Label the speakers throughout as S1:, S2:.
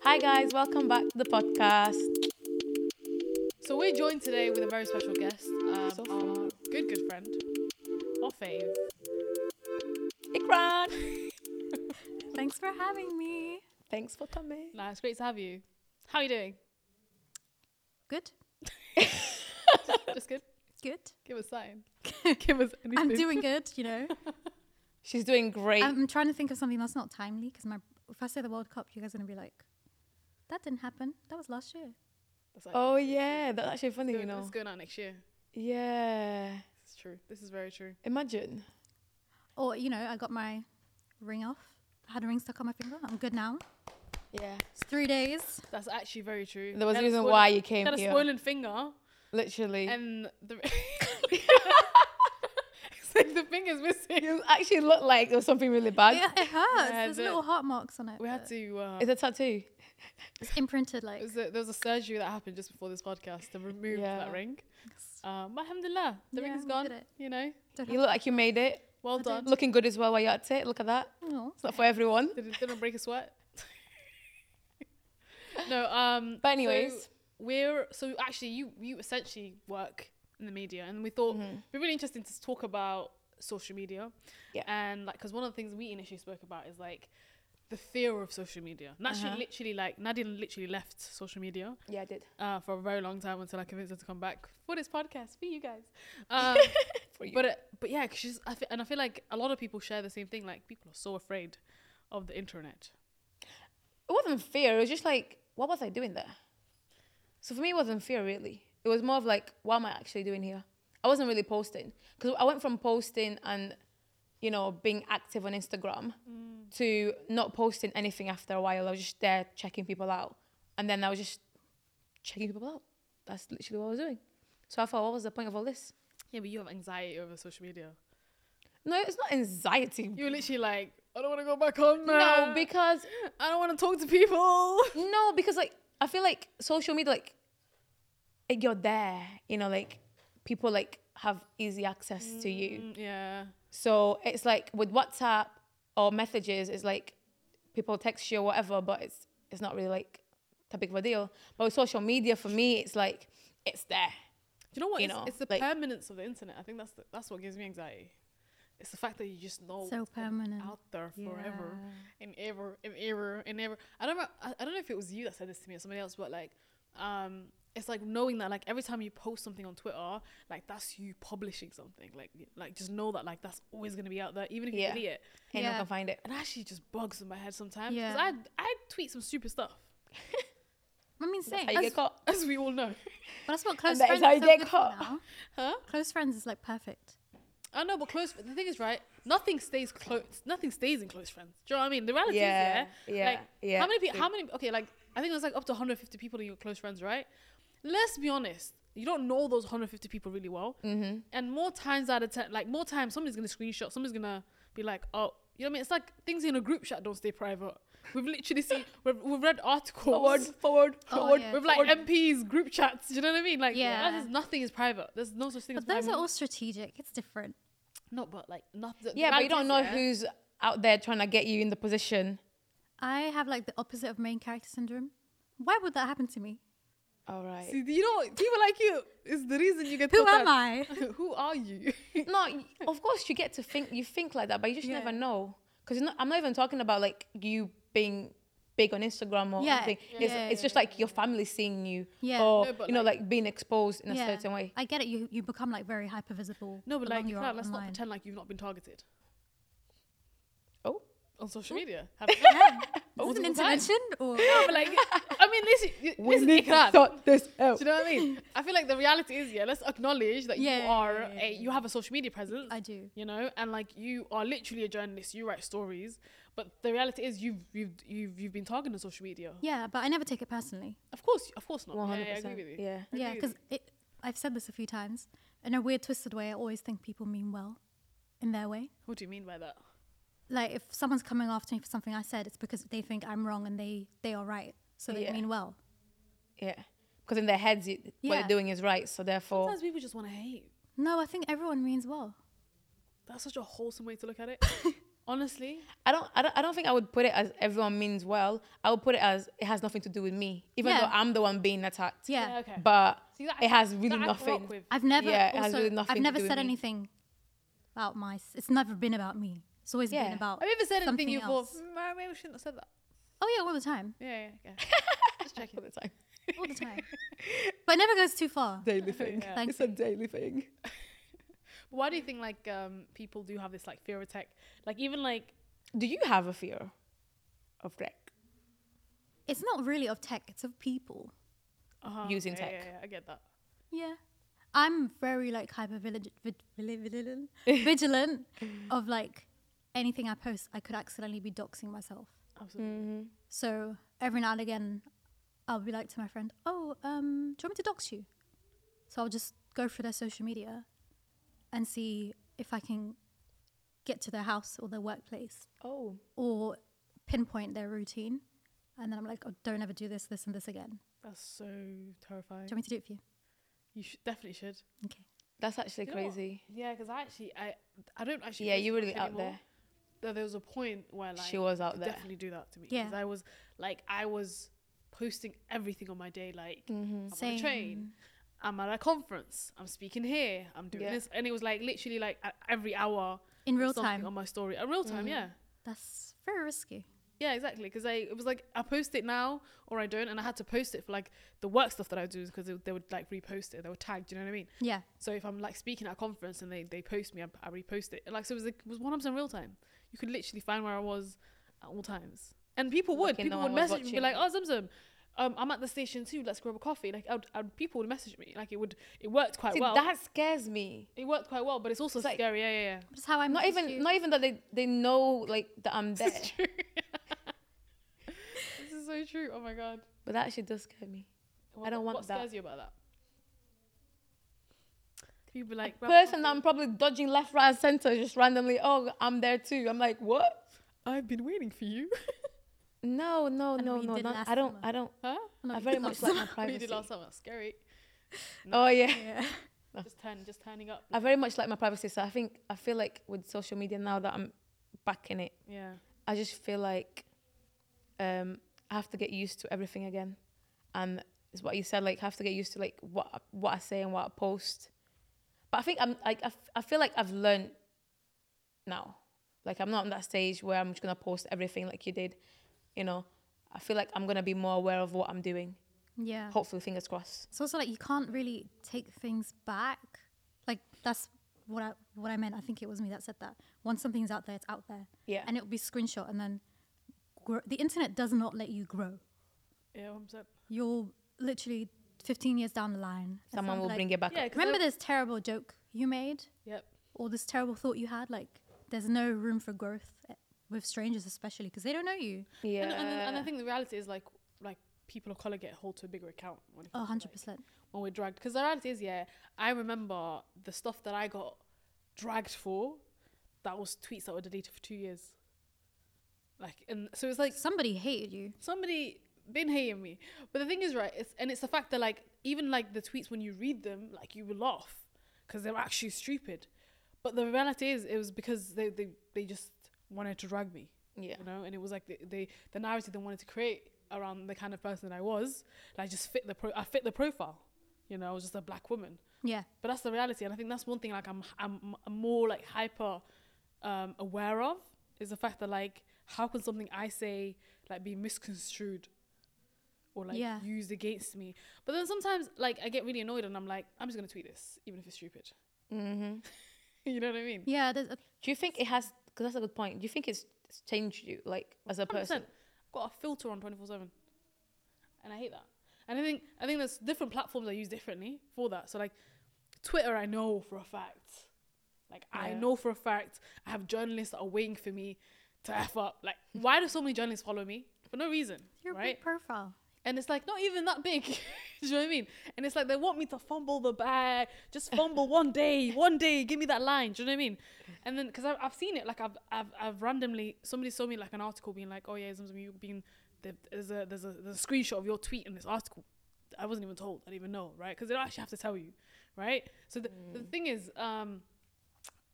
S1: Hi, guys, welcome back to the podcast.
S2: So we're joined today with a very special guest, um,
S1: So
S2: our good good friend, our fave.
S1: Ikran!
S3: Thanks for having me.
S1: Thanks for coming.
S2: Nah, it's great to have you. How are you doing?
S3: Good.
S2: Just good.
S3: Good.
S2: Give us sign. Give us anything.
S3: I'm doing good, you know.
S1: She's doing great.
S2: Um,
S3: I'm trying to think of something that's not timely because my if I say the World Cup, you guys are gonna be like, that didn't happen. That was last year.
S2: That's like,
S1: oh, yeah, that's actually funny,
S2: it's
S1: you
S2: go-
S1: know.
S2: It's going out next year.
S1: Yeah.
S2: It's true. This is very true.
S1: Imagine.
S3: Or you know, I got my ring off. I had a ring stuck on my finger. I'm good now.
S1: Yeah.
S3: It's three days.
S2: That's actually very true.
S1: There was
S2: She
S1: a
S2: had
S1: reason
S2: swollen-
S1: why you
S2: She
S1: came
S2: had a
S1: here.
S2: swollen finger,
S1: Literally.
S2: and the it's like the finger's missing.
S1: you actually look like there was something really bad.
S3: Yeah, it hurts.
S2: Yeah,
S3: There's
S2: the-
S3: little heart marks on it.
S2: We had
S3: but
S2: to. Uh,
S1: It's a tattoo.
S3: It's imprinted like.
S2: it was a, there was a surgery that happened just before this podcast to remove
S1: Yeah.
S2: that ring. Um, alhamdulillah, the
S3: Yeah,
S2: ring is
S3: we
S2: gone.
S3: did it.
S2: You know,
S3: Don't
S1: You
S3: have-
S1: look like you made it.
S2: well
S3: I
S2: done.
S3: did.
S1: Looking good as well while you're at it. Look at that.
S3: Aw.
S1: It's not for everyone.
S2: Did it didn't break a sweat? no. Um.
S1: But
S2: so
S1: anyways.
S2: we're so actually you you essentially work in the media, and we thought
S1: Mm-hmm.
S2: it'd be really interesting to talk about social media.
S1: Yeah.
S2: And like, because one of the things we initially spoke about is like the fear of social media. And actually,
S1: Uh-huh.
S2: literally, like Nadia literally left social media
S1: Yeah, I did.
S2: uh, for a very long time until I convinced her to come back for this podcast for you guys. Um,
S1: For you.
S2: But it, but yeah, 'cause she's I fe- and I feel like a lot of people share the same thing. Like people are so afraid of the internet.
S1: it wasn't fear. It was just like, what was I doing there? So for me, it wasn't fear really. It was more of like, what am I actually doing here? I wasn't really posting because I went from posting and, you know, being active on Instagram to not posting anything after a while. I was just there checking people out, and then I was just checking people out. That's literally what I was doing. So I thought, what was the point of all this?
S2: Yeah, but you have anxiety over social media.
S1: Mm. No, it's not anxiety.
S2: You're literally like, I don't want to go back on there.
S1: No, because
S2: I don't want to talk to people.
S1: No, because like I feel like social media, like, like you're there, you know, like people like have easy access to you.
S2: Mm, yeah.
S1: So it's like with WhatsApp or messages, it's like people text you or whatever, but it's it's not really like that big of a deal. But with social media, for me, it's like it's there.
S2: Do you know what?
S1: You
S2: it's,
S1: know,
S2: it's the
S1: like-
S2: permanence of the internet. I think that's the, that's what gives me anxiety. It's the fact that you just know
S3: So
S2: what's gonna be
S3: permanent.
S2: out there forever and ever and ever and ever. I don't know. I, I don't know if it was you that said this to me or somebody else, but like, um, it's like knowing that like every time you post something on Twitter, like that's you publishing something. Like y- like just know that like that's always gonna be out there, even if you
S1: Yeah.
S2: delete it.
S1: Anyone
S3: Yeah.
S1: can find it.
S2: And actually, just bugs in my head sometimes.
S3: Yeah.
S2: Because I I tweet some stupid stuff,
S3: I mean,
S1: That's
S3: same.
S1: how you get
S3: That's,
S1: caught.
S2: as we all know.
S3: but that's what close
S1: that is
S3: friends
S1: how
S3: are
S1: you
S3: so
S1: get
S3: good for
S1: caught.
S3: now.
S2: Huh?
S3: Close friends is like perfect.
S2: I know, but close. The thing is, right? Nothing stays close. Nothing stays in close friends. Do you know what I mean? The reality
S1: Yeah,
S2: is,
S1: yeah,
S2: Like,
S1: yeah.
S2: How many people? How many? Okay, like I think there's like up to 150 people in your close friends, right? Let's be honest. You don't know those 150 people really well, mm-hmm. and more times out of ten, like more times, somebody's gonna screenshot. Somebody's gonna be like, oh. You know what I mean? It's like things in a group chat don't stay private. We've literally seen, we've, we've read articles
S1: Forward, forward,
S3: Oh,
S1: forward.
S3: yeah.
S2: with like MPs group chats. Do you know what I mean? Like,
S3: Yeah.
S2: that is, nothing is private. There's no such thing as
S3: But those
S2: private.
S3: are all strategic. It's different.
S2: No, but like nothing.
S1: Yeah, but you don't know who's out there trying to get you in the position.
S3: I have like the opposite of main character syndrome. Why would that happen to me?
S1: All right.
S2: See, you know, people like you is the reason you get.
S3: Who
S2: thought
S3: am
S2: that-
S3: I?
S2: who are you?
S1: No, y- of course you get to think. You think like that, but you just
S2: Yeah.
S1: never know. Because I'm not even talking about like you being big on Instagram or
S3: Yeah,
S1: anything.
S3: yeah,
S1: it's
S3: yeah,
S1: it's just like your family seeing you,
S3: Yeah.
S1: or
S2: No, but,
S1: you know,
S2: like-
S1: like being exposed in
S3: Yeah.
S1: a certain way.
S3: I get it. You you become like very hyper visible.
S2: no, but like,
S3: you
S2: Clara,
S3: are
S2: let's not
S3: online.
S2: pretend like you've not been targeted
S1: Oh,
S2: on social media. Have
S3: Is this an
S2: Multiple times.
S3: intervention or
S2: No, but like, I mean, listen, y-
S1: we
S2: listen,
S1: need to
S2: Ikram,
S1: sort this
S2: Do
S1: out.
S2: you know what I mean? I feel like the reality is, yeah, let's acknowledge that you
S3: Yeah,
S2: are
S3: yeah, yeah,
S2: a, you have a social media presence.
S3: I do.
S2: You know, and like you are literally a journalist. You write stories, but the reality is, you've you've you've you've been targeted on social media.
S3: Yeah, but I never take it personally.
S2: Of course, of course not.
S1: One
S2: Yeah,
S1: hundred
S2: yeah, I agree with
S1: percent.
S2: you.
S1: Yeah.
S2: I
S3: Yeah,
S2: agree
S3: because
S2: with
S3: I've said this a few times. In a weird twisted way, I always think people mean well in their way.
S2: you. What do you mean by that?
S3: Like if someone's coming after me for something I said, it's because they think I'm wrong and they they are right. So they
S1: Yeah.
S3: mean well.
S1: Yeah. Because in their heads, it, what
S3: Yeah.
S1: they're doing is right. So therefore,
S2: Sometimes people just want to hate.
S3: No, I think everyone means well.
S2: That's such a wholesome way to look at it. Honestly,
S1: I don't, I don't, I don't think I would put it as everyone means well. I would put it as it has nothing to do with me, even
S3: Yeah.
S1: though I'm the one being attacked.
S3: Yeah.
S2: Yeah, okay.
S1: But
S2: See, that I-
S1: it has really
S2: that I can
S1: nothing.
S2: rock with.
S3: I've never
S1: Yeah, it has
S3: also,
S1: really nothing
S3: I've
S1: to
S3: never
S1: do with
S3: said
S1: me.
S3: anything about my s- it's never been about me. It's always
S1: Yeah.
S3: been about
S2: Have you ever said anything
S3: something
S2: you thought,
S3: else.
S2: "Mm, I maybe we shouldn't have said that?
S3: Oh yeah, all the time.
S2: Yeah, yeah, yeah. Just checking.
S1: All the time.
S3: All the time. but it never goes too far.
S1: Daily thing.
S2: Yeah.
S3: Thanks.
S1: It's a daily thing.
S2: Why do you think like um, people do have this like fear attack? Like even like
S1: Do you have a fear of tech?
S3: It's not really of tech, it's of people.
S2: uh
S1: Using
S2: yeah, yeah,
S1: tech.
S2: Yeah, I get that.
S3: Yeah. I'm very like hyper vigilant, vigilant, vigilant of like anything I post, I could accidentally be doxing myself.
S1: Mm.
S2: Absolutely.
S3: So every now and again, I'll be like to my friend, "Oh, um, do you want me to dox you?" So I'll just go through their social media and see if I can get to their house or their workplace
S1: Oh.
S3: or pinpoint their routine. And then I'm like, "Oh, don't ever do this, this, and this again."
S2: That's so terrifying.
S3: Do you want me to do it for you?
S2: You should, definitely should.
S3: Okay.
S1: That's actually
S2: You know what?
S1: crazy.
S2: Yeah, because I actually I I don't actually.
S1: yeah,
S2: post
S1: you're
S2: much
S1: really out
S2: anymore.
S1: there.
S2: Though there was a point where like
S1: she was out
S2: could
S1: there.
S2: definitely do that to me.
S3: Yeah.
S2: because I was like I was posting everything on my day. Like
S1: Mm-hmm.
S2: I'm on a train. I'm at a conference. I'm speaking here. I'm doing
S1: Yeah.
S2: this, and it was like literally like at every hour.
S3: In real
S2: something
S3: time,
S2: on my story. At real time,
S1: Mhm.
S2: yeah.
S3: that's very risky.
S2: Yeah, exactly. Because I it was like I post it now or I don't, and I had to post it for like the work stuff that I do because they, they would like repost it. They were tagged. You know what I mean?
S3: Yeah.
S2: So if I'm like speaking at a conference and they, they post me, I, I repost it. And, like so, it was like it was one hundred percent real time. You could literally find where I was at all times, and people would
S1: Looking, no
S2: people would
S1: one was
S2: message me and be like,
S1: watching.
S2: "Oh, Zimzum, um, I'm at the station too. Let's grab a coffee." Like I would, I would, people would message me. Like it would it worked quite
S1: See,
S2: Uh, well.
S1: that scares me.
S2: it worked quite well, but it's also
S1: It's like-
S2: scary. Yeah, yeah, yeah.
S3: That's how I'm
S1: Not even, not even that they, they know like that I'm there,
S2: It's true. this is so true. Oh my god.
S1: but that actually does scare me.
S2: What,
S1: don't want
S2: what
S1: that.
S2: scares you about that? People be like, "Grab a
S1: Person, that I'm probably dodging left, right, center, just randomly. Oh, I'm there too. I'm like, what?
S2: coffee." I've been waiting for you.
S1: No, no,
S3: And
S1: no,
S3: we
S1: no,
S3: did
S1: no.
S3: last
S1: I don't,
S3: summer.
S1: I don't.
S2: huh?
S1: I very much like my
S2: What you
S1: privacy.
S2: did last summer? Scary.
S1: Oh yeah,
S3: Yeah.
S2: Just turn, just turning up.
S1: I very much like my privacy. So I think I feel like with social media now that I'm back in it,
S2: yeah.
S1: I just feel like um, I have to get used to everything again, and it's what you said. Like I have to get used to like what I- what I say and what I post. But I think I'm like I, f- I feel like I've learned now. Like I'm not on that stage where I'm just gonna post everything like you did. You know, I feel like I'm gonna be more aware of what I'm doing.
S3: Yeah.
S1: Hopefully, fingers crossed.
S3: It's also like you can't really take things back. Like that's what I what I meant. I think it was me that said that. Once something's out there, it's out there,
S1: Yeah.
S3: and it'll be screenshot, and then grow. the internet does not let you grow.
S2: Yeah, I'm upset.
S3: You're literally 15 years down the line. and
S1: Someone will
S3: like,
S1: bring it back
S2: Yeah,
S1: up.
S2: 'cause
S3: Remember
S2: I-
S3: this terrible joke you made,
S2: Yep.
S3: or this terrible thought you had? Like, there's no room for growth eh, with strangers, especially because they don't know you.
S1: Yeah.
S2: And, and, then- and I think the reality is like, like people of color get hold to a bigger account when, it
S3: Oh,
S2: comes
S3: 100
S2: to, like,
S3: percent.
S2: when we're dragged. Because the reality is, yeah, I remember the stuff that I got dragged for. That was tweets that were deleted for two years. Like, and so it's like
S3: Somebody hated you.
S2: somebody been hating me. But the thing is, right, it's, and it's the fact that like even like the tweets when you read them, like you will laugh because they're actually stupid. But the reality is, it was because they they, they just wanted to drag me,
S1: yeah.
S2: you know. And it was like the, they the narrative they wanted to create around the kind of person that I was, like just fit the pro I fit the profile, you know. I was just a black woman,
S3: Yeah.
S2: but that's the reality, and I think that's one thing like I'm I'm, I'm more like hyper um, aware of is the fact that like how can something I say like be misconstrued or like
S3: Yeah.
S2: used against me? But then sometimes like I get really annoyed and I'm like I'm just gonna tweet this even if it's stupid.
S1: Mm-hmm.
S2: you know what I mean?
S3: Yeah. There's a
S1: Do you think it has? Because that's a good point. Do you think it's, it's changed you, like as a
S2: 100%.
S1: person?
S2: Got a filter on 24 seven, and I hate that. And I think I think there's different platforms I use differently for that. So like Twitter, I know for a fact. Like I
S1: Yeah.
S2: know for a fact I have journalists that are waiting for me to f up. Like why do so many journalists follow me for no reason,
S3: your
S2: right?
S3: big profile.
S2: And it's like not even that big. do you know what I mean? And it's like they want me to fumble the bag, just fumble one day, one day, give me that line. Do you know what I mean? And then because I've, I've seen it, like I've, I've I've randomly somebody saw me like an article being like, oh yeah, something you've been there- there's a there's a there's a screenshot of your tweet in this article. I wasn't even told. I didn't even know, right? Because they don't actually have to tell you, right? So the, the thing is, um,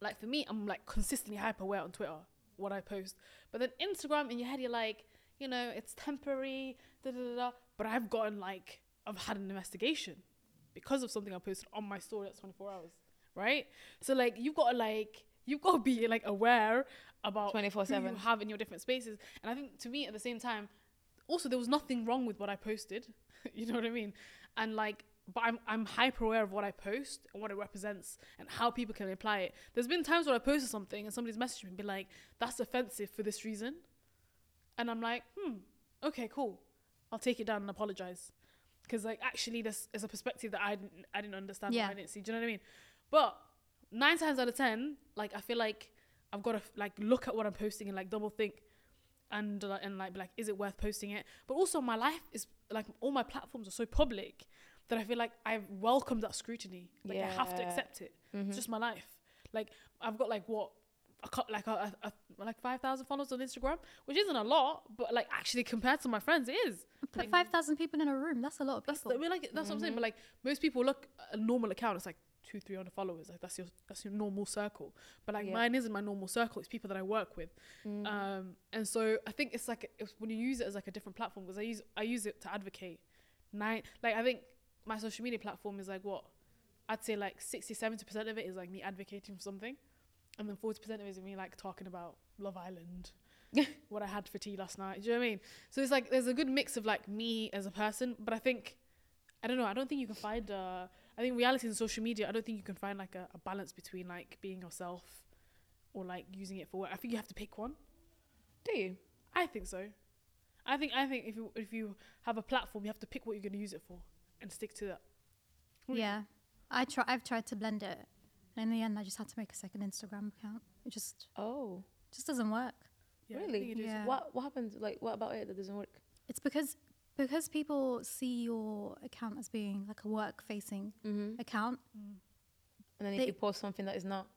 S2: like for me, I'm like consistently hyper aware on Twitter. what I post. But then Instagram in your head, you're like, you know, it's temporary, da da da. da. But I've gotten like, I've had an investigation because of something I posted on my story that's 24 hours, right? So like, you've got to like, you've got to be like aware about who
S1: 24/7.
S2: you have in your different spaces. And I think to me, at the same time, also there was nothing wrong with what I posted. you know what I mean? And like, but I'm I'm hyper aware of what I post and what it represents and how people can apply it. There's been times where I posted something and somebody's messaged me and be like, "That's offensive for this reason," and I'm like, "Hmm, okay, cool. I'll take it down and apologize," because like actually this is a perspective that I didn't I didn't understand
S3: Yeah.
S2: or I didn't see. Do you know what I mean? But nine times out of ten, like I feel like I've got to like look at what I'm posting and like double think and uh, and like be like is it worth posting it but also my life is like all my platforms are so public that i feel like i welcome that scrutiny like i have to
S1: Yeah.
S2: accept it
S1: Mm-hmm.
S2: it's just my life like i've got like what a cou- like a, a, a- like 5000 followers on instagram which isn't a lot but like actually compared to my friends it is
S3: Put 5,000 people in a room. That's a lot of
S2: that's
S3: people.
S2: I mean, like that's what i'm
S1: Mm-hmm.
S2: saying but like most people look at a normal account it's like two three hundred followers like that's your that's your normal circle but like
S1: Yeah.
S2: mine isn't my normal circle it's people that i work with
S1: Mm-hmm.
S2: um, and so I think it's like it's when you use it as like a different platform because I use I use it to advocate. Nine like I think my social media platform is like what I'd say like 60 70 percent of it is like me advocating for something, and then forty percent of it is me like talking about Love Island, what I had for tea last night. Do you know what I mean? So it's like there's a good mix of like me as a person, but I think I don't know. I don't think you can find. Uh, I think reality and social media. I don't think you can find like a, a balance between like being yourself or like using it for work. I think you have to pick one.
S1: Do you?
S2: I think so. I think I think if you if you have a platform, you have to pick what you're going to use it for and stick to that. Really?
S3: Yeah, I try. I've tried to blend it, and in the end, I just had to make a second Instagram account. It just
S1: Oh,
S3: just doesn't work.
S2: Yeah, I
S1: really?
S2: think it is.
S3: Yeah.
S1: What what happened? Like, what about it that doesn't work?
S3: It's because because people see your account as being like a work facing
S1: Mm-hmm.
S3: account.
S1: And then if
S3: They-
S1: you post something that is not,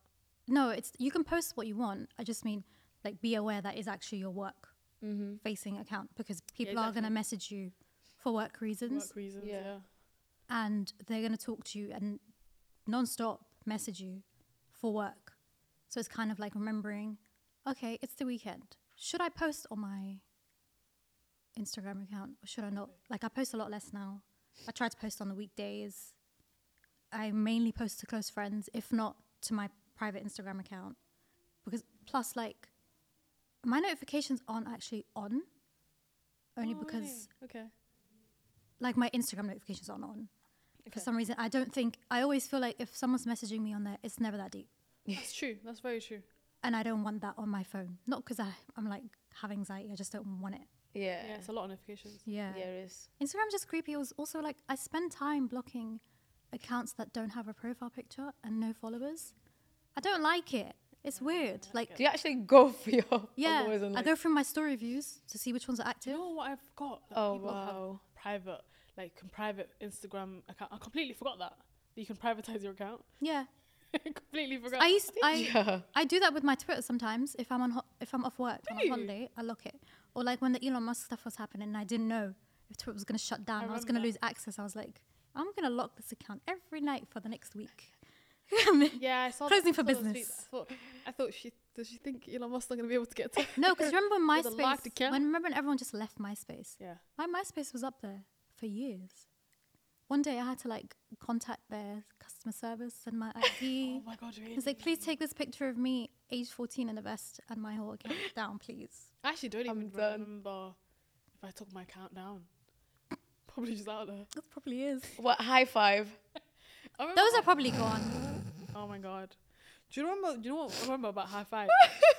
S3: No, it's you can post what you want. I just mean like be aware that is actually your work
S1: mm-hmm.
S3: facing account because people are
S2: exactly.
S3: going to message you for work reasons
S2: Work reasons. Yeah.
S1: Yeah.
S3: and they're going to talk to you and non-stop message you for work. So it's kind of like remembering, okay, it's the weekend. Should I post on my Instagram account or should I not? Like I post a lot less now. I try to post on the weekdays. I mainly post to close friends, if not to my private Instagram account. Because plus like my notifications aren't actually on only
S2: Oh,
S3: because
S2: really? okay.
S3: like my Instagram notifications aren't on. For some reason, I don't think I always feel like if someone's messaging me on there, it's never that deep,
S2: That's true. That's very true.
S3: and I don't want that on my phone. Not because I I'm like have anxiety, I just don't want it.
S1: yeah,
S2: Yeah. it's a lot of notifications.
S3: Yeah,
S1: yeah, it is.
S3: Instagram's just creepy. It was also like I spend time blocking accounts that don't have a profile picture and no followers. I don't like it. It's weird. Like
S1: Do you actually go for your
S3: yeah,
S1: followers and
S3: I
S1: like,
S3: go through my story views to see which ones are
S2: Do you
S3: active.
S2: know what I forgot? That
S1: Oh
S2: people have
S1: wow.
S2: private like can private Instagram account. I completely forgot that. that You can privatize your account.
S3: Yeah,
S2: completely forgot.
S3: I used I
S1: Yeah.
S3: I do that with my Twitter sometimes. If I'm on ho- if I'm off work, I'm on
S2: you?
S3: holiday, I lock it. Or like when the Elon Musk stuff was happening, and I didn't know if Twitter was going to shut down, I, was going to
S2: remember.
S3: lose access. I was like, I'm going to lock this account every night for the next week.
S2: yeah, I saw
S3: Closing
S2: that,
S3: for
S2: I saw that tweet.
S3: business.
S2: I thought, I thought she does she think Elon Musk's not going to be able to get to?
S3: no, because remember when
S2: With a locked
S3: MySpace?
S2: account?
S3: When remember when everyone just left MySpace?
S2: yeah.
S3: My MySpace was up there for years. One day I had to like contact their customer service, send my ID.
S2: Oh my god, really?
S3: I was like, please take this picture of me, age 14 in a vest, and my whole account down, please.
S2: I actually don't
S1: I'm
S2: even
S1: done.
S2: remember if I took my account down. Probably just out there.
S3: That probably is.
S1: What high five?
S2: I remember,
S3: Those are probably gone.
S2: oh my god. Do you remember? Do you know what I remember about High Five?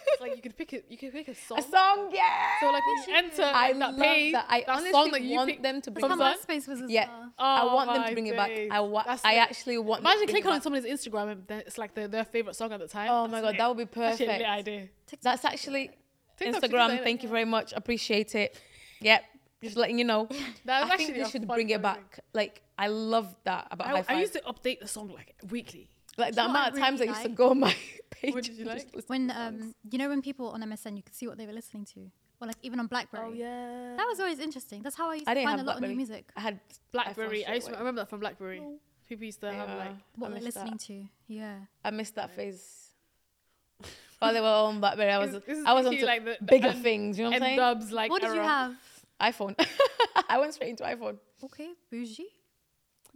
S2: it's like you could pick a you could pick a song.
S1: A song, yeah.
S2: So like when you enter
S1: I
S2: like, that
S1: love
S2: page,
S1: that. I
S2: that
S1: honestly
S2: song that you
S1: want
S2: picked-
S1: them to
S3: That's
S1: bring
S3: how
S1: it
S2: From
S1: back.
S2: Sun?
S3: MySpace was as
S1: Yeah.
S3: well.
S1: I
S2: Oh
S1: want them
S2: my
S1: to bring it back. I
S2: days.
S1: wa-
S2: That's
S1: I
S2: lit.
S1: actually want. them
S2: Imagine
S1: to bring it
S2: clicking on
S1: back.
S2: someone's Instagram and then it's like their, their favorite song at the time.
S1: Oh my god, that would be
S2: That's actually a
S1: perfect.
S2: lit idea.
S1: That's actually
S2: TikTok should do that,
S1: Instagram.
S2: innit?
S1: Thank you very much. Appreciate it. Yep. Just letting you know.
S2: That was
S1: I
S2: actually
S1: think they
S2: a
S1: should
S2: fun
S1: bring it
S2: funny thing.
S1: back. Like I love that about high
S2: I,
S1: five.
S2: I used to update the song like weekly.
S1: like
S3: Do
S1: the
S3: you know what I
S1: amount of times I
S3: really
S1: used to
S3: like?
S1: go on my page.
S2: What did you
S1: and
S2: like?
S1: just listen
S3: When
S1: to songs.
S3: um, you know when people on MSN, you could see what they were listening to, or like even on BlackBerry.
S2: Oh, yeah.
S3: That was always interesting. That's how I used
S1: I
S3: to
S1: didn't
S3: find a
S1: have
S3: lot of new
S1: BlackBerry.
S3: music.
S1: I had
S2: Blackberry. I,
S1: iPhone
S2: used to,
S1: straight
S2: I
S1: away.
S2: remember that from Blackberry.
S1: Oh.
S2: People used to have
S1: Yeah.
S2: like
S3: What
S1: um, I
S3: we're
S1: missed that.
S3: listening to, yeah.
S1: I missed that phase. While they were on BlackBerry, I was
S2: Is- is
S1: I was on
S2: he like the- the
S1: bigger
S2: un-
S1: things. You know what I'm
S2: and
S1: saying?
S2: dubs like
S3: what did you
S2: era.
S3: have?
S1: iPhone. I went straight into iPhone.
S3: Okay, bougie.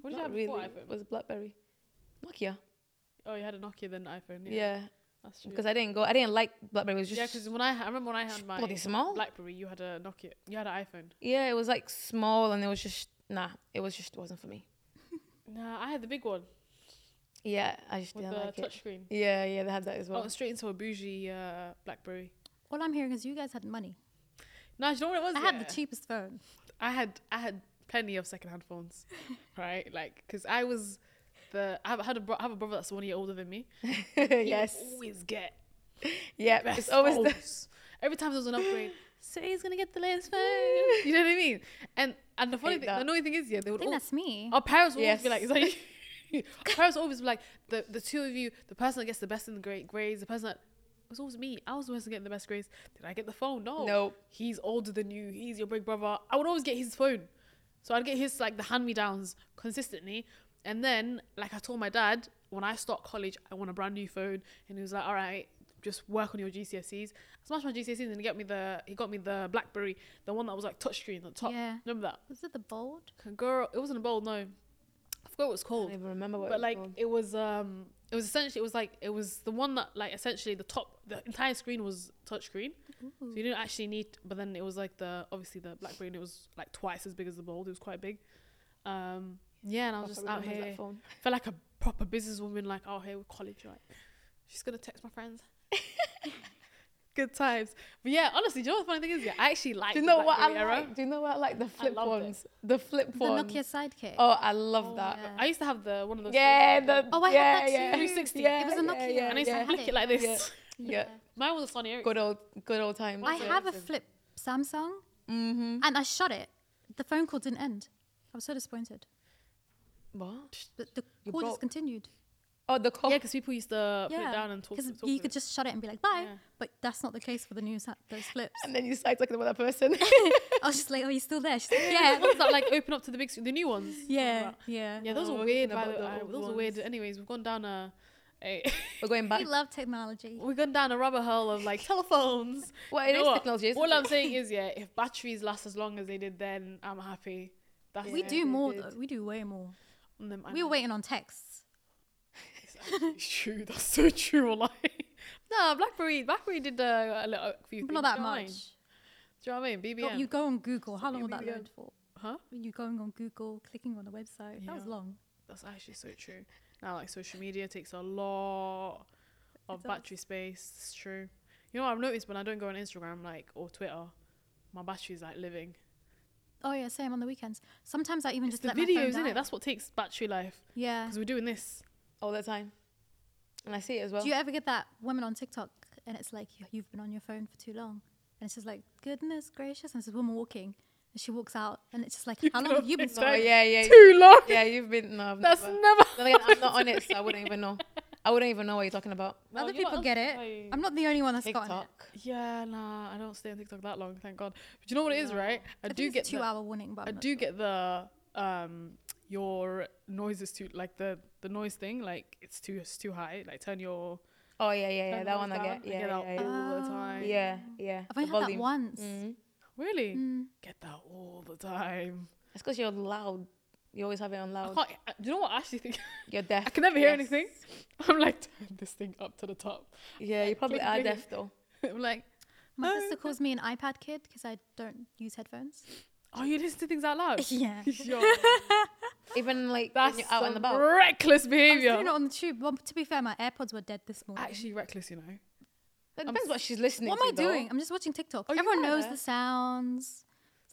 S2: What did
S1: Not
S2: you have
S1: really.
S2: before
S1: It
S2: iPhone?
S1: was BlackBerry, Nokia.
S2: Oh, you had a Nokia then iPhone. Yeah,
S1: Yeah,
S2: that's true.
S1: because I didn't go. I didn't like BlackBerry. It was just
S2: yeah, because when I, ha- I remember when I
S1: just
S2: had my
S1: bloody small.
S2: BlackBerry, you had a Nokia, you had an iPhone.
S1: yeah, it was like small, and it was just nah. It was just wasn't for me.
S2: Nah, I had the big one
S1: Yeah, I just
S2: with
S1: didn't like
S2: the Oh,
S1: it.
S2: touchscreen.
S1: Yeah, yeah, they had that as
S2: I
S1: well.
S2: went straight into a bougie uh, BlackBerry.
S3: All I'm hearing is you guys had money.
S2: Nah, do you know what it was?
S3: I had
S2: Yeah.
S3: the cheapest phone.
S2: I had I had plenty of secondhand phones, right? Like, cause I was the I have- I had a bro- I have a brother that's one year older than me. He would
S1: yes,
S2: always get
S1: yeah,
S2: best
S1: it's always the,
S2: phones. Every time there was an upgrade, so he's gonna get the latest phone. You know what I mean? And and the funny
S1: Hate
S2: thing,
S1: that.
S2: the annoying thing is, yeah, they
S3: I
S2: would
S3: think
S2: all,
S3: that's me.
S2: our parents would always be like,
S1: Yes.
S2: is that you? our parents would always be like, the the two of you, the person that gets the best in the grade grades, the person that it was always me. I was the person getting the best grades. Did I get the phone? No.
S1: Nope.
S2: He's older than you. He's your big brother. I would always get his phone. So I'd get his like the hand me downs consistently. And then, like I told my dad, when I start college, I want a brand new phone. And he was like, All right, just work on your GCSEs. I smashed my GCSEs and he got me the he got me the Blackberry, the one that was like touchscreen on top.
S3: Yeah.
S2: Remember that?
S3: Was it the bold?
S2: Girl, it wasn't a bowl, no. I forgot what it was
S1: I
S2: called
S1: don't even remember what. it
S2: but
S1: was
S2: like
S1: called.
S2: it was um it was essentially it was like it was the one that like essentially the top the entire screen was touchscreen so you didn't actually need but then it was like the obviously the blackberry and it was like twice as big as the bold it was quite big um yeah and i was just
S1: Proper
S2: out
S1: remembers that
S2: here
S1: phone.
S2: felt like a proper businesswoman like out here with college right she's gonna text my friends good times but yeah honestly do you know what the funny thing is yeah i actually like
S1: Do you know what I
S2: Blackberry era.
S1: like? Do you know what I like? The flip
S2: loved it.
S1: ones. The flip
S3: The
S1: ones.
S3: Nokia Sidekick.
S1: Oh, I love that.
S3: yeah.
S2: i used to have the one of those
S1: Yeah,
S2: things like
S1: the
S3: Oh, I had
S1: yeah,
S3: that
S1: yeah.
S3: too.
S2: 360.
S1: Yeah,
S3: It was a
S1: yeah,
S3: Nokia.
S1: Yeah,
S2: and i used
S1: yeah.
S2: to
S3: had
S2: flick
S3: it.
S2: it like this
S1: Yeah. yeah.
S2: mine was a sony ericsson
S1: Good old, good old times.
S3: I
S2: Yeah.
S3: have a flip Samsung
S1: mm-hmm.
S3: and I shut it. The phone call didn't end. I was so disappointed.
S1: What?
S3: The, the
S1: You
S3: call
S1: broke-
S3: just continued.
S1: Oh, the cop.
S2: Yeah, because people used to put it down and talk.
S3: because
S2: talk
S3: you
S2: to
S3: could
S2: it.
S3: just shut it and be like, bye.
S2: Yeah.
S3: But that's not the case for the new sa- those flips.
S1: And then you start talking about that person.
S3: I was just like, oh, you still there? She's like,
S2: yeah,
S3: yeah,
S2: the ones that like open up to the big screen, the new ones.
S3: yeah,
S2: Right.
S3: yeah.
S2: yeah. Those
S1: Oh,
S2: are
S1: we're
S2: weird.
S1: talking
S2: By the way,
S1: about the
S2: uh,
S1: old
S2: those are
S1: ones.
S2: weird. Anyways, we've gone down a, a
S1: We're going back.
S3: We love technology.
S2: we've gone down a rubber hole of like telephones.
S1: Well, it
S2: You
S1: is
S2: know what?
S1: technology. Isn't
S2: All
S1: it?
S2: I'm saying is, yeah, if batteries last as long as they did, then I'm happy. That's
S3: we
S1: Yeah,
S2: it.
S1: they
S3: do more
S1: did.
S3: though. We do way more.
S2: On them
S3: we were
S2: iPads.
S3: waiting on texts.
S2: It's actually true. That's so true. Like, no, BlackBerry. Blackberry did uh, a little a few.
S3: Not
S2: things,
S3: that
S2: do you know what I mean?
S3: much.
S2: Do you know what I mean?
S3: Go-
S2: BBM.
S3: You go on Google. How long will that
S1: BBM.
S3: load for?
S2: Huh?
S3: You going on Google, clicking on a website. That was
S2: Yeah.
S3: long.
S2: That's actually so true. Now, like social media takes a lot of
S3: It does.
S2: battery space. It's true. You know, what I've noticed when I don't go on Instagram, like or Twitter, my battery's like living.
S3: Oh yeah, same on the weekends. Sometimes I even
S2: It's
S3: just
S2: the
S3: let
S2: videos,
S3: my phone
S2: isn't
S3: die.
S2: it? That's what takes battery life.
S3: yeah.
S2: Because we're doing this.
S1: all the time, and I see it as well.
S3: Do you ever get that woman on TikTok and it's like "You- you've been on your phone for too long, and it's just like goodness gracious, and it's this woman walking, and she walks out, and it's just like how long
S2: been
S3: have
S2: on
S3: you been?
S2: TikTok.
S1: no,
S3: on-
S1: Oh, yeah, yeah,
S2: Too long.
S1: yeah. You've been. No, I've
S2: That's
S1: never.
S2: never.
S1: Then again, I'm not on it, so I wouldn't even know. I wouldn't even know what you're talking about.
S2: Well,
S3: Other
S2: you know
S3: people
S2: what
S3: get
S2: else
S3: it.
S2: I-
S3: I'm not the only one that's gotten it.
S1: TikTok.
S2: Yeah, nah. I don't stay on TikTok that long. Thank God. But you know what it is, right? I,
S3: I,
S2: do get
S3: two
S2: the,
S3: hour warning, but
S2: I
S3: I'm not
S2: do
S3: sure.
S2: get the um your noise is too like the the noise thing like it's too it's too high like turn your
S1: Oh yeah, yeah, yeah.
S2: turn
S1: That
S2: yours
S1: one I
S2: down.
S1: get. Yeah,
S2: out
S1: yeah,
S2: all the
S3: Oh.
S2: time
S1: yeah. yeah, yeah.
S3: I've only
S1: The
S3: had that
S1: volume.
S3: once.
S1: Mhm.
S2: Really?
S3: Mm.
S2: Get that all the time.
S1: It's because you're loud. You always have it on
S2: I
S1: loud.
S2: can't, I- do you know what I actually think?
S1: You're deaf.
S2: I can never hear
S1: Yes.
S2: anything. I'm like, turn this thing up to the top.
S1: Yeah, you probably
S2: click
S1: are
S2: it.
S1: deaf though.
S2: I'm like,
S3: My
S2: Oh,
S3: sister calls me an iPad kid because I don't use headphones.
S2: oh, you listen to things out loud?
S3: yeah.
S2: Yo,
S1: Even like
S2: that's
S1: when you're out
S2: some
S1: and about.
S2: reckless
S3: I was doing it
S2: behavior.
S3: on the tube. Well, to be fair, my AirPods were dead this morning.
S2: Actually, reckless, you know.
S1: it depends what she's listening
S3: what
S1: to.
S3: am I
S1: though.
S3: doing? I'm just watching TikTok.
S2: Oh, you
S3: Everyone
S2: are.
S3: knows the sounds.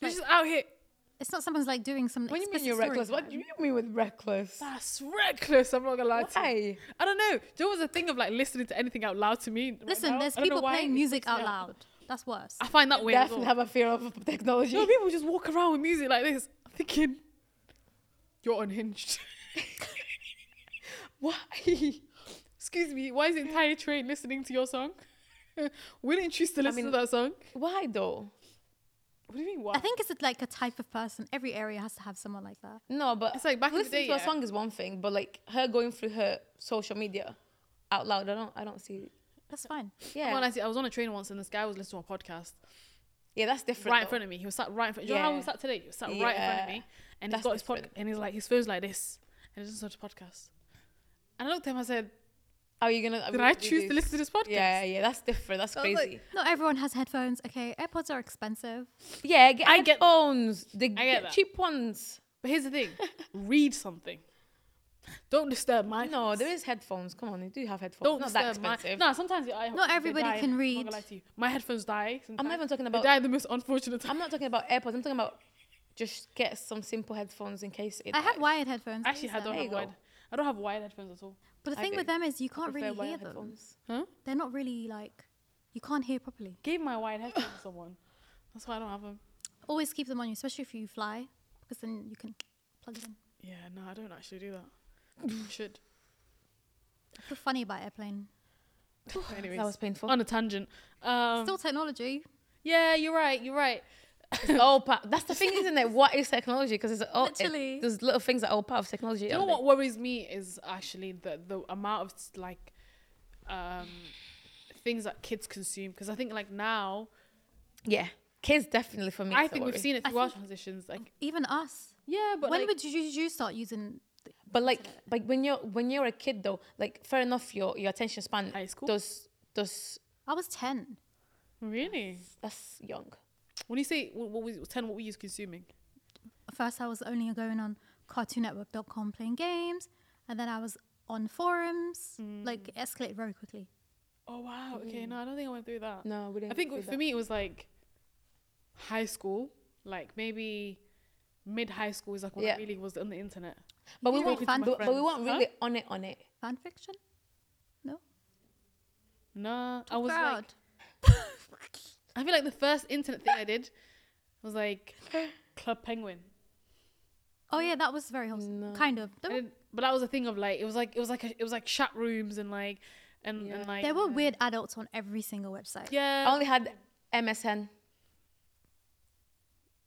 S2: You're
S3: like-
S2: just out here.
S3: It's not someone's like doing some.
S1: When you mean
S3: explicit
S1: you're
S3: story
S1: reckless, what do
S3: time.
S1: you mean with reckless?
S2: That's reckless. I'm not gonna lie to you.
S1: Why?
S2: I don't know. Do you know what's the thing of like listening to anything out loud to me? right
S3: Listen,
S2: now?
S3: there's
S2: I don't know
S3: people
S2: why.
S3: playing
S2: It
S3: music
S2: freaks me
S3: out loud. That's worse.
S2: I find that weird. as
S1: Definitely
S2: well.
S1: have a fear of technology.
S2: You know, people just walk around with music like this. I'm thinking, you're unhinged. why? Excuse me, why is the entire train listening to your song? Wouldn't you still
S1: I
S2: listen
S1: mean-
S2: to that song?
S1: Why though?
S2: What do you mean, why?
S3: I think it's like a type of person. Every area has to have someone like that.
S1: No, but
S2: It's like back in the
S1: listening
S2: day,
S1: to
S2: yeah.
S1: a song is one thing, but like her going through her social media out loud, I don't, I don't see.
S3: That's fine.
S1: Yeah.
S2: Well, I, see, I was on a train once and this guy was listening to a podcast
S1: yeah, that's different.
S2: right in
S1: though.
S2: front of me. He was sat right in front. You know how
S1: Yeah.
S2: we sat today? He was sat right in front of
S1: Yeah.
S2: me, and
S1: That's
S2: he's got his podcast,
S1: different.
S2: and he's like his phone's like this, and he's listening to a podcast. And I looked at him. I said,
S1: Are you gonna?
S2: "Did I choose to listen to this podcast?"
S1: Yeah, yeah, that's different. That's
S2: I was
S1: crazy.
S2: like-
S3: Not everyone has headphones. Okay, AirPods are expensive.
S1: yeah, get
S2: I
S1: I
S2: get
S1: get phones. The
S2: get that.
S1: cheap ones.
S2: But here's the thing: read something. Don't disturb my.
S1: No,
S2: thoughts.
S1: there is headphones. Come on, they do have headphones.
S2: Don't
S1: not that
S2: disturb
S1: expensive.
S2: my. No, sometimes I.
S3: Not everybody
S2: die.
S3: can
S2: I'm not
S3: read.
S2: gonna lie to you. My headphones die.
S1: I'm
S2: sometimes.
S1: not even talking
S2: They
S1: about.
S2: die the most unfortunate time.
S1: I'm not talking about AirPods. I'm talking about just get some simple headphones in case. It
S3: I have
S1: dies.
S3: wired headphones.
S2: I actually
S3: these
S2: had
S3: are-
S2: don't
S1: There
S2: have
S1: you go.
S2: wired. I don't have wired headphones at all.
S3: But the
S1: I
S3: thing with
S1: do.
S3: them is you can't
S1: Prefer
S3: really
S1: wired
S3: hear them.
S1: headphones.
S2: Huh?
S3: They're not really like you can't hear properly.
S2: Gave my wired headphones to someone. That's why I don't have them.
S3: Always keep them on you, especially if you fly, because then you can plug it in.
S2: Yeah, no, I don't actually do that. I should.
S3: I feel funny about airplane.
S2: Anyways,
S1: That was painful.
S2: on a tangent. Um,
S3: Still technology.
S2: yeah, you're right. You're right.
S1: It's all part. That's the thing, isn't it? What is technology? Because it's all. it-
S3: Literally.
S1: there's little things that are all part of technology.
S2: You know
S1: aren't
S2: what worries me is actually the the amount of s- like um things that kids consume because I think like now
S1: they? Yeah, kids definitely for me.
S2: I
S1: it's a
S2: think we've
S1: worry.
S2: seen it
S3: I
S2: through our
S3: think-
S2: transitions like
S3: Even us.
S2: yeah but
S3: when
S2: like,
S3: would you, you start using? the-
S1: But like, like when you're when you're a kid though, like fair enough, your your attention span
S2: High school?
S1: does does
S3: I was ten.
S2: really
S1: that's young.
S2: when you say what, what we ten what we use consuming
S3: First, I was only going on CartoonNetwork.com playing games, and then I was on forums.
S2: Mm.
S3: Like it escalated very quickly.
S2: oh wow okay no I don't think I went through that
S1: No, we didn't.
S2: I think for me it was like high school like maybe mid high school is like when I
S1: Yeah.
S2: really was on the internet
S1: but we
S3: Yeah,
S1: weren't,
S3: fan-
S1: but, but we weren't
S2: Huh?
S1: really on it on it.
S3: Fan fiction.
S2: nah I was like
S3: Proud.
S2: I feel like the first internet thing I did was like Club Penguin.
S3: oh yeah, that was very wholesome. Kind of. There
S2: I
S3: were,
S2: didn't- but that was a thing of like it was like it was like a, it was like chat rooms and like and, and
S1: Yeah.
S2: like
S3: there were Oh, weird adults on every single website.
S2: yeah.
S1: I only had MSN.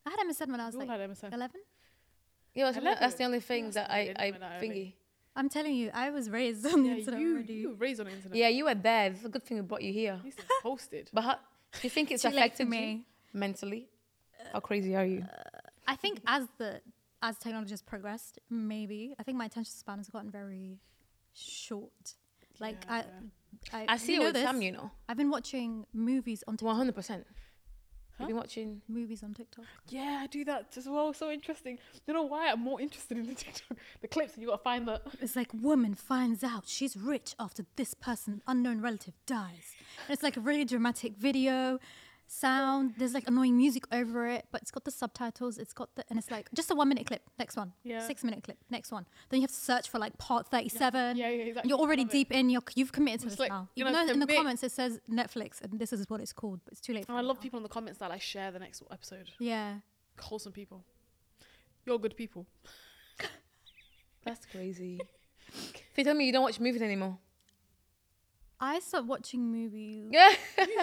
S3: I had MSN when I was
S2: we all
S3: like
S2: had MSN.
S3: 11.
S1: Yeah, that's,
S2: I love
S1: that's
S2: it.
S1: the only thing
S2: Yes,
S1: that
S2: I
S1: I
S2: did
S1: I
S2: when I
S1: thingy.
S3: I'm telling you, I was raised on the
S2: Yeah,
S3: internet
S2: you,
S3: already.
S2: you were raised on the internet.
S1: Yeah, you were there. It's a good thing we brought you here.
S2: This is posted.
S1: But how, do you think it's
S3: Too late for
S1: affected you mentally? How crazy are you?
S3: I think as the as technology has progressed, maybe I think my attention span has gotten very short. Like
S2: Yeah.
S3: I, I,
S1: I
S3: you
S1: see it
S3: know
S1: with
S3: this.
S1: Sam, you know,
S3: I've been watching movies on TikTok.
S1: one hundred percent.
S2: Huh?
S1: You've been watching.
S3: Movies on TikTok.
S2: Yeah, I do that as well. So interesting. You know why I'm more interested in the TikTok, the clips, and you gotta find the.
S3: It's like woman finds out she's rich after this person unknown relative dies. And it's like a really dramatic video, sound. There's like annoying music over it, but it's got the subtitles. It's got the and it's like just a one minute clip. Next one.
S2: Yeah.
S3: Six minute clip. Next one. Then you have to search for like part thirty seven.
S2: Yeah, yeah, exactly.
S3: You're already
S2: Love it.
S3: deep in. You're, you've committed to
S2: It's
S3: this
S2: like,
S3: now.
S2: you
S3: Even
S2: know,
S3: though in the
S2: commit.
S3: comments it says Netflix and this is what it's called, but it's too late. For
S2: And Oh, I
S3: me
S2: love
S3: now.
S2: people in the comments that like share the next episode.
S3: Yeah.
S2: Wholesome people. You're good people.
S1: That's crazy. if you tell me you don't watch movies anymore.
S3: I stopped watching movies.
S1: Yeah.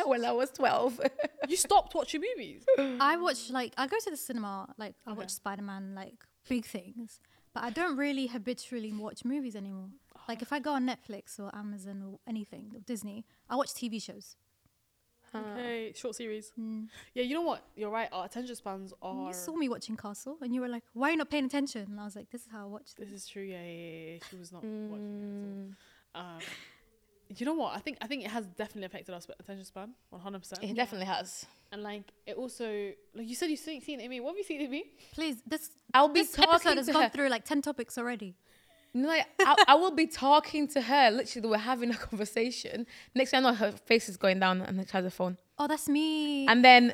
S1: well, I was 12.
S2: You stopped watching movies.
S3: I watch like I go to the cinema, like I
S2: Okay.
S3: watch Spider Man, like big things, but I don't really habitually watch movies anymore. Like if I go on Netflix or Amazon or anything or Disney, I watch TV shows.
S2: Okay, short series.
S3: Mm.
S2: Yeah, you know what? You're right. Our attention spans are.
S3: You saw me watching Castle, and you were like, "Why are you not paying attention?" And I was like, "This is how I watch this."
S2: This is true. Yeah, yeah, yeah. yeah. She was not watching it at
S1: Mm.
S2: all. Um, you know what? I think I think it has definitely affected our sp- attention span, one hundred
S1: It
S2: percent.
S1: definitely has.
S2: And like it also, like you said, you seen seen Amy. What have you seen Amy?
S3: Please, this
S1: I'll be
S3: this
S1: talking
S3: episode has
S1: to
S3: gone
S1: her.
S3: through like ten topics already.
S1: No, like, I, I will be talking to her. Literally, we're having a conversation. Next thing I know, her face is going down and she has a phone.
S3: Oh, that's me.
S1: And then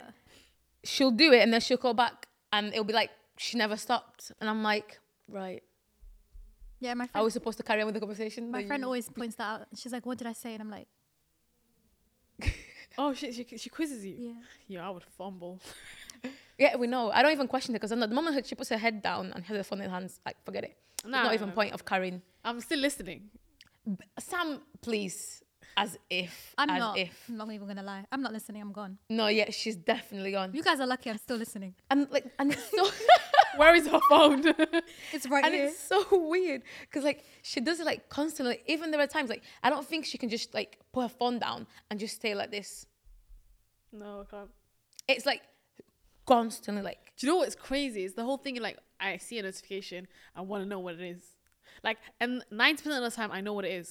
S1: she'll do it and then she'll call back and it'll be like, she never stopped. And I'm like, right.
S3: yeah, my
S1: I
S3: friend,
S1: was supposed to carry on with the conversation.
S3: my
S1: but you-
S3: friend always points that out. She's like, "What did I say?" And I'm like,
S2: Oh, she she, she quizzes you.
S3: "Yeah."
S2: Yeah, I would fumble.
S1: Yeah, we know. I don't even question it because the moment her- she puts her head down and has her phone in her hands, like, forget it. There's
S2: Nah,
S1: not
S2: nah,
S1: even
S2: nah,
S1: point of carrying.
S2: I'm still listening.
S1: Sam, please. As if.
S3: I'm
S1: as
S3: not.
S1: if.
S3: I'm not even gonna lie. I'm not listening. I'm gone.
S1: No, yeah, she's definitely on.
S3: You guys are lucky. I'm still listening.
S1: And like, and it's so.
S2: Where is her phone?
S3: It's right
S1: and
S3: here.
S1: it's so weird because like she does it like constantly. Even there are times like I don't think she can just like put her phone down and just stay like this.
S2: no, I can't.
S1: It's like constantly like
S2: Do you know what's crazy? Is the whole thing like I see a notification, I want to know what it is. Like, and ninety percent of the time I know what it is,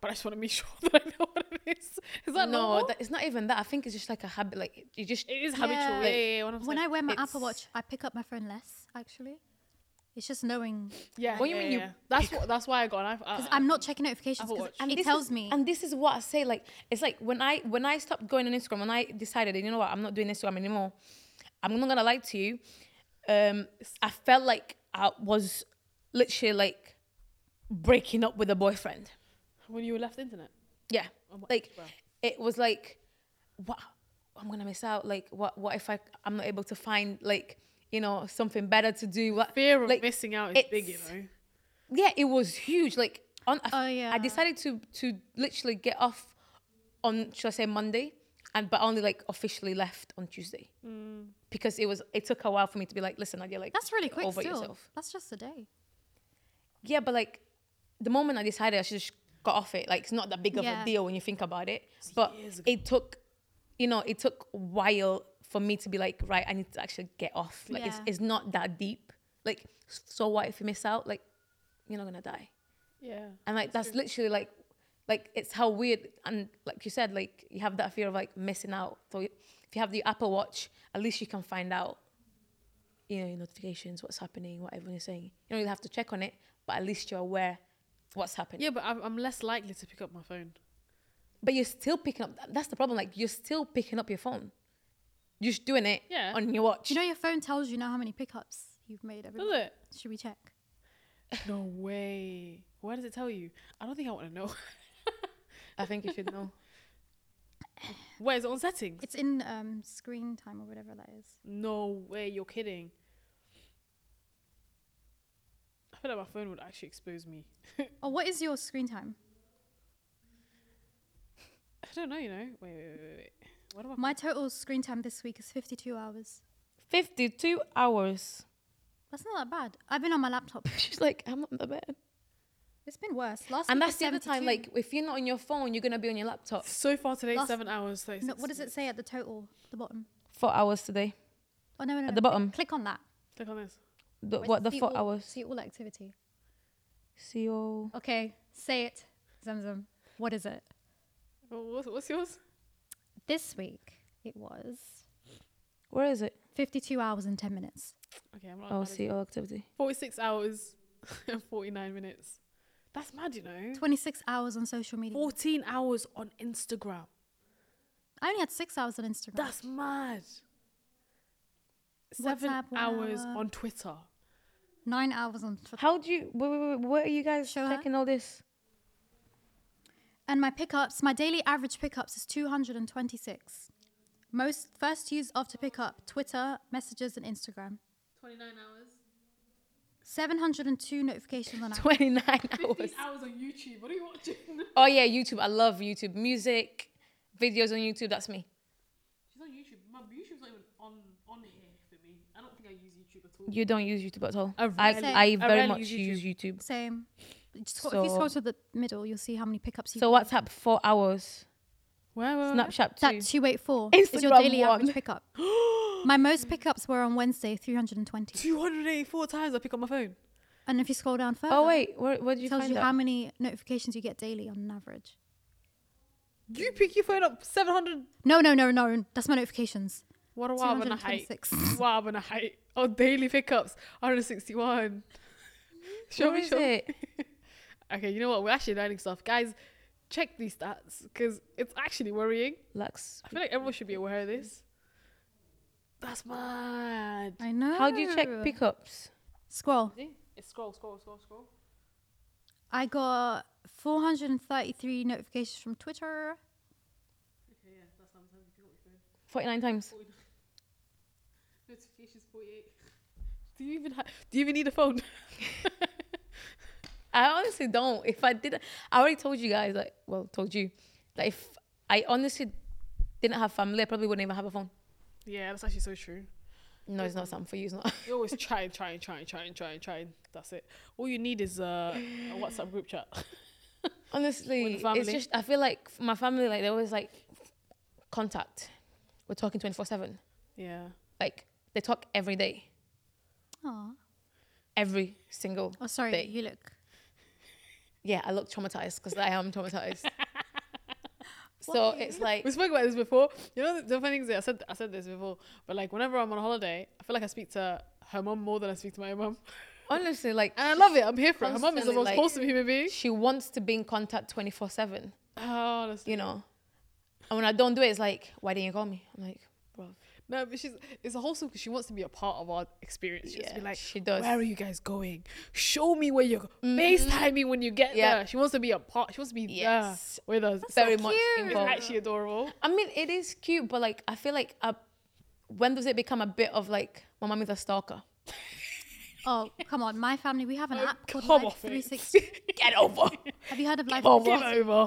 S2: but I just want to make sure that I know what it is. Is that
S1: no,
S2: normal?
S1: that, it's not even that. I think it's just like a habit. Like you just
S2: it is habitual. Yeah, yeah, yeah, what I'm
S3: when
S2: saying.
S3: I wear my Apple
S2: It's-
S3: Watch, I pick up my phone less. Actually, it's just knowing
S2: Yeah.
S1: What do you
S2: yeah,
S1: mean you
S2: yeah. That's what. That's why I uh, got. an iPhone.
S3: because I'm not checking notifications
S2: Apple
S3: because
S2: Watch.
S3: it
S1: this
S3: tells
S1: is-
S3: me.
S1: Uh, And this is what I say. Like it's like when I when I stopped going on Instagram, when I decided, you know what, I'm not doing Instagram anymore. I'm not gonna lie to you. Um, I felt like I was literally like breaking up with a boyfriend.
S2: when you were left Oh, internet.
S1: Yeah.
S2: what-
S1: Like
S2: well.
S1: it was like what I'm gonna miss out. Like what what if I I'm not able to find like, you know, something better to do? What
S2: Fear of
S1: like,
S2: missing out is big, you
S1: it's-
S2: know.
S1: Yeah, it was huge. Like on I-
S3: Oh, yeah.
S1: I decided to to literally get off on should I say Monday and but only like officially left on Tuesday. Because it was it took a while for me to be like, listen, Nadia, like
S3: That's really quick.
S1: over
S3: still,
S1: yourself.
S3: that's just a day.
S1: Yeah, but like the moment I decided I should just got off it, like it's not that big of
S3: Yeah.
S1: a deal when you think about it. But
S2: years ago.
S1: it took, you know, it took a while for me to be like, right, I need to actually get off. Like it's,
S3: Yeah.
S1: it's not that deep. Like so what if you miss out? Like you're not gonna die.
S2: Yeah.
S1: And like that's, literally like, like it's how weird and like you said, like you have that fear of like missing out. So if you have the Apple Watch, at least you can find out, you know, your notifications, what's happening, what everyone is saying. You don't really have to check on it, but at least you're aware of what's happening.
S2: Yeah, but I'm, I'm less likely to pick up my phone.
S1: But you're still picking up. That's the problem. Like you're still picking up your phone. You're just doing it
S2: Yeah.
S1: on your watch.
S3: Do you know your phone tells you now how many pickups you've made every
S2: Does
S3: month?
S2: it?
S3: Should we check?
S2: No way. Why does it tell you? I don't think I want to know.
S1: I think you should know.
S2: Where is it on settings?
S3: It's in um, screen time or whatever that is.
S2: No way. You're kidding. I feel like my phone would actually expose me.
S3: Oh, what is your screen time?
S2: I don't know. You know. Wait, wait, wait, wait, wait. What am I?
S3: My total screen time this week is 52 hours.
S1: Fifty-two hours.
S3: That's not that bad. I've been on my laptop.
S1: She's like, I'm on the bed.
S3: It's been worse. Last
S1: And
S3: week
S1: that's the
S3: was
S1: other time.
S3: 72.
S1: Like if you're not on your phone, you're gonna be on your laptop.
S2: So far today,
S3: Last-
S2: seven hours. 36
S3: no, what does it say at the total, the bottom?
S1: Four hours today.
S3: Oh no, no, no.
S1: At
S3: no.
S1: the bottom.
S3: Click on that.
S2: Click on this.
S1: The,
S3: Wait,
S1: what the
S3: see
S1: four
S3: all-
S1: hours?
S3: See all activity.
S1: CO.
S3: Okay, say it. Zemzem. What is it?
S2: Well, what's, what's yours?
S3: This week it was
S1: Where is it?
S3: 52 hours and 10 minutes.
S2: Okay, I'm not.
S1: Oh,
S2: mad at you.
S1: CO activity.
S2: Forty-six hours and forty-nine minutes. That's mad, you know.
S3: 26 hours on social media.
S2: Fourteen hours on Instagram.
S3: I only had six hours on Instagram.
S2: That's mad. Seven
S3: WhatsApp, one
S2: hours
S3: hour.
S2: on Twitter.
S3: Nine hours on. Twitter.
S1: How do you? Wait, wait, wait, where are you guys
S3: Show her.
S1: checking all this?
S3: And my pickups, my daily average pickups is 226. Most first used after pickup Twitter, messages, and Instagram.
S2: 29 hours.
S3: 702 notifications on app.
S1: Twenty nine hours.
S2: hours on YouTube. What are you watching?
S1: Oh yeah, YouTube. I love YouTube music, videos on YouTube. That's me.
S2: She's on YouTube. My YouTube's not even on, on here for me. I don't think I use YouTube at all.
S1: You don't use YouTube at all.
S2: I
S1: I,
S2: rarely-
S1: I,
S2: I
S1: very
S2: rarely
S1: much use
S2: use
S1: YouTube.
S3: Same. Just scroll- if you
S1: So-
S3: scroll to the middle, you'll see how many pickups you
S1: So WhatsApp four hours.
S2: Where, where,
S1: Snapchat two.
S3: That 284 is your
S1: Instagram
S3: daily
S1: one.
S3: average pickup. my most pickups were on Wednesday, 320.
S2: 284 times I pick up my phone.
S3: And if you scroll down further,
S1: oh wait, where, where did
S3: it
S1: you
S3: tells
S1: find
S3: you
S1: that?
S3: how many notifications you get daily on an average.
S2: You pick your phone up 700.
S3: No, no, no, no. That's my notifications.
S2: What a wild and a height.
S3: 226.
S2: Wow, and a height. Oh, daily pickups. 161. show
S1: Where
S2: me,
S1: is
S2: show me.
S1: it?
S2: Okay, you know what? We're actually learning stuff. Guys, check these stats because it's actually worrying.
S1: Lux.
S2: I feel like everyone should be aware of this. That's mad.
S3: I know.
S1: How do you
S3: Oh.
S1: check pickups?
S3: Scroll.
S2: It's scroll, scroll, scroll, scroll.
S3: I got 433 notifications from Twitter.
S2: Okay, yeah, that's how many times you pick up your phone.
S1: Forty nine times.
S2: Notifications 48. Do you even ha- do you even need a phone?
S1: I honestly don't. If I didn't, I already told you guys, like, well, told you, that if I honestly didn't have family, I probably wouldn't even have a phone.
S2: yeah, that's actually so true.
S1: No, it's not Sam for you. It's not.
S2: You always try and try and try and try and try and try. And that's it. All you need is uh, a WhatsApp group chat. With
S1: Honestly,
S2: the
S1: it's
S2: family.
S1: just I feel like f- my family like they're always like contact. We're talking twenty four seven.
S2: yeah.
S1: Like they talk every day,
S3: Aw.
S1: every single.
S3: Oh, sorry.
S1: They-
S3: You look.
S1: Yeah, I look traumatized because I am traumatized. so it's like
S2: We spoke about this before. You know the funny thing is, I said I said this before, but like whenever I'm on holiday, I feel like I speak to her mom more than I speak to my own mom,
S1: honestly like
S2: and I love it. I'm here for it. Her mom is the
S1: Constantly,
S2: most
S1: like-
S2: wholesome human being.
S1: she wants to be in contact twenty four seven.
S2: Oh, honestly.
S1: You know, and when I don't do it, it's like why didn't you call me? I'm like, bro.
S2: No, but she's it's a wholesome because she wants to be a part of our experience. She wants to be
S1: Yeah,
S2: like,
S1: she does. Mm-hmm.
S2: Where are you guys going? Show me where you're. FaceTime me when you get
S1: Yeah.
S2: there. She wants to be a part. She wants to be
S1: Yes.
S2: there with us. So
S1: Very much
S2: cute. It's
S1: involved.
S2: actually adorable.
S1: I mean, it is cute, but like I feel like I, when does it become a bit of like my mum is a stalker?
S3: Oh, come on. My family, we have an
S1: Oh,
S3: app called
S2: come
S3: Life
S2: off it.
S3: 360.
S1: Get over.
S3: Have you heard of Life
S2: Give
S3: 360?
S2: over.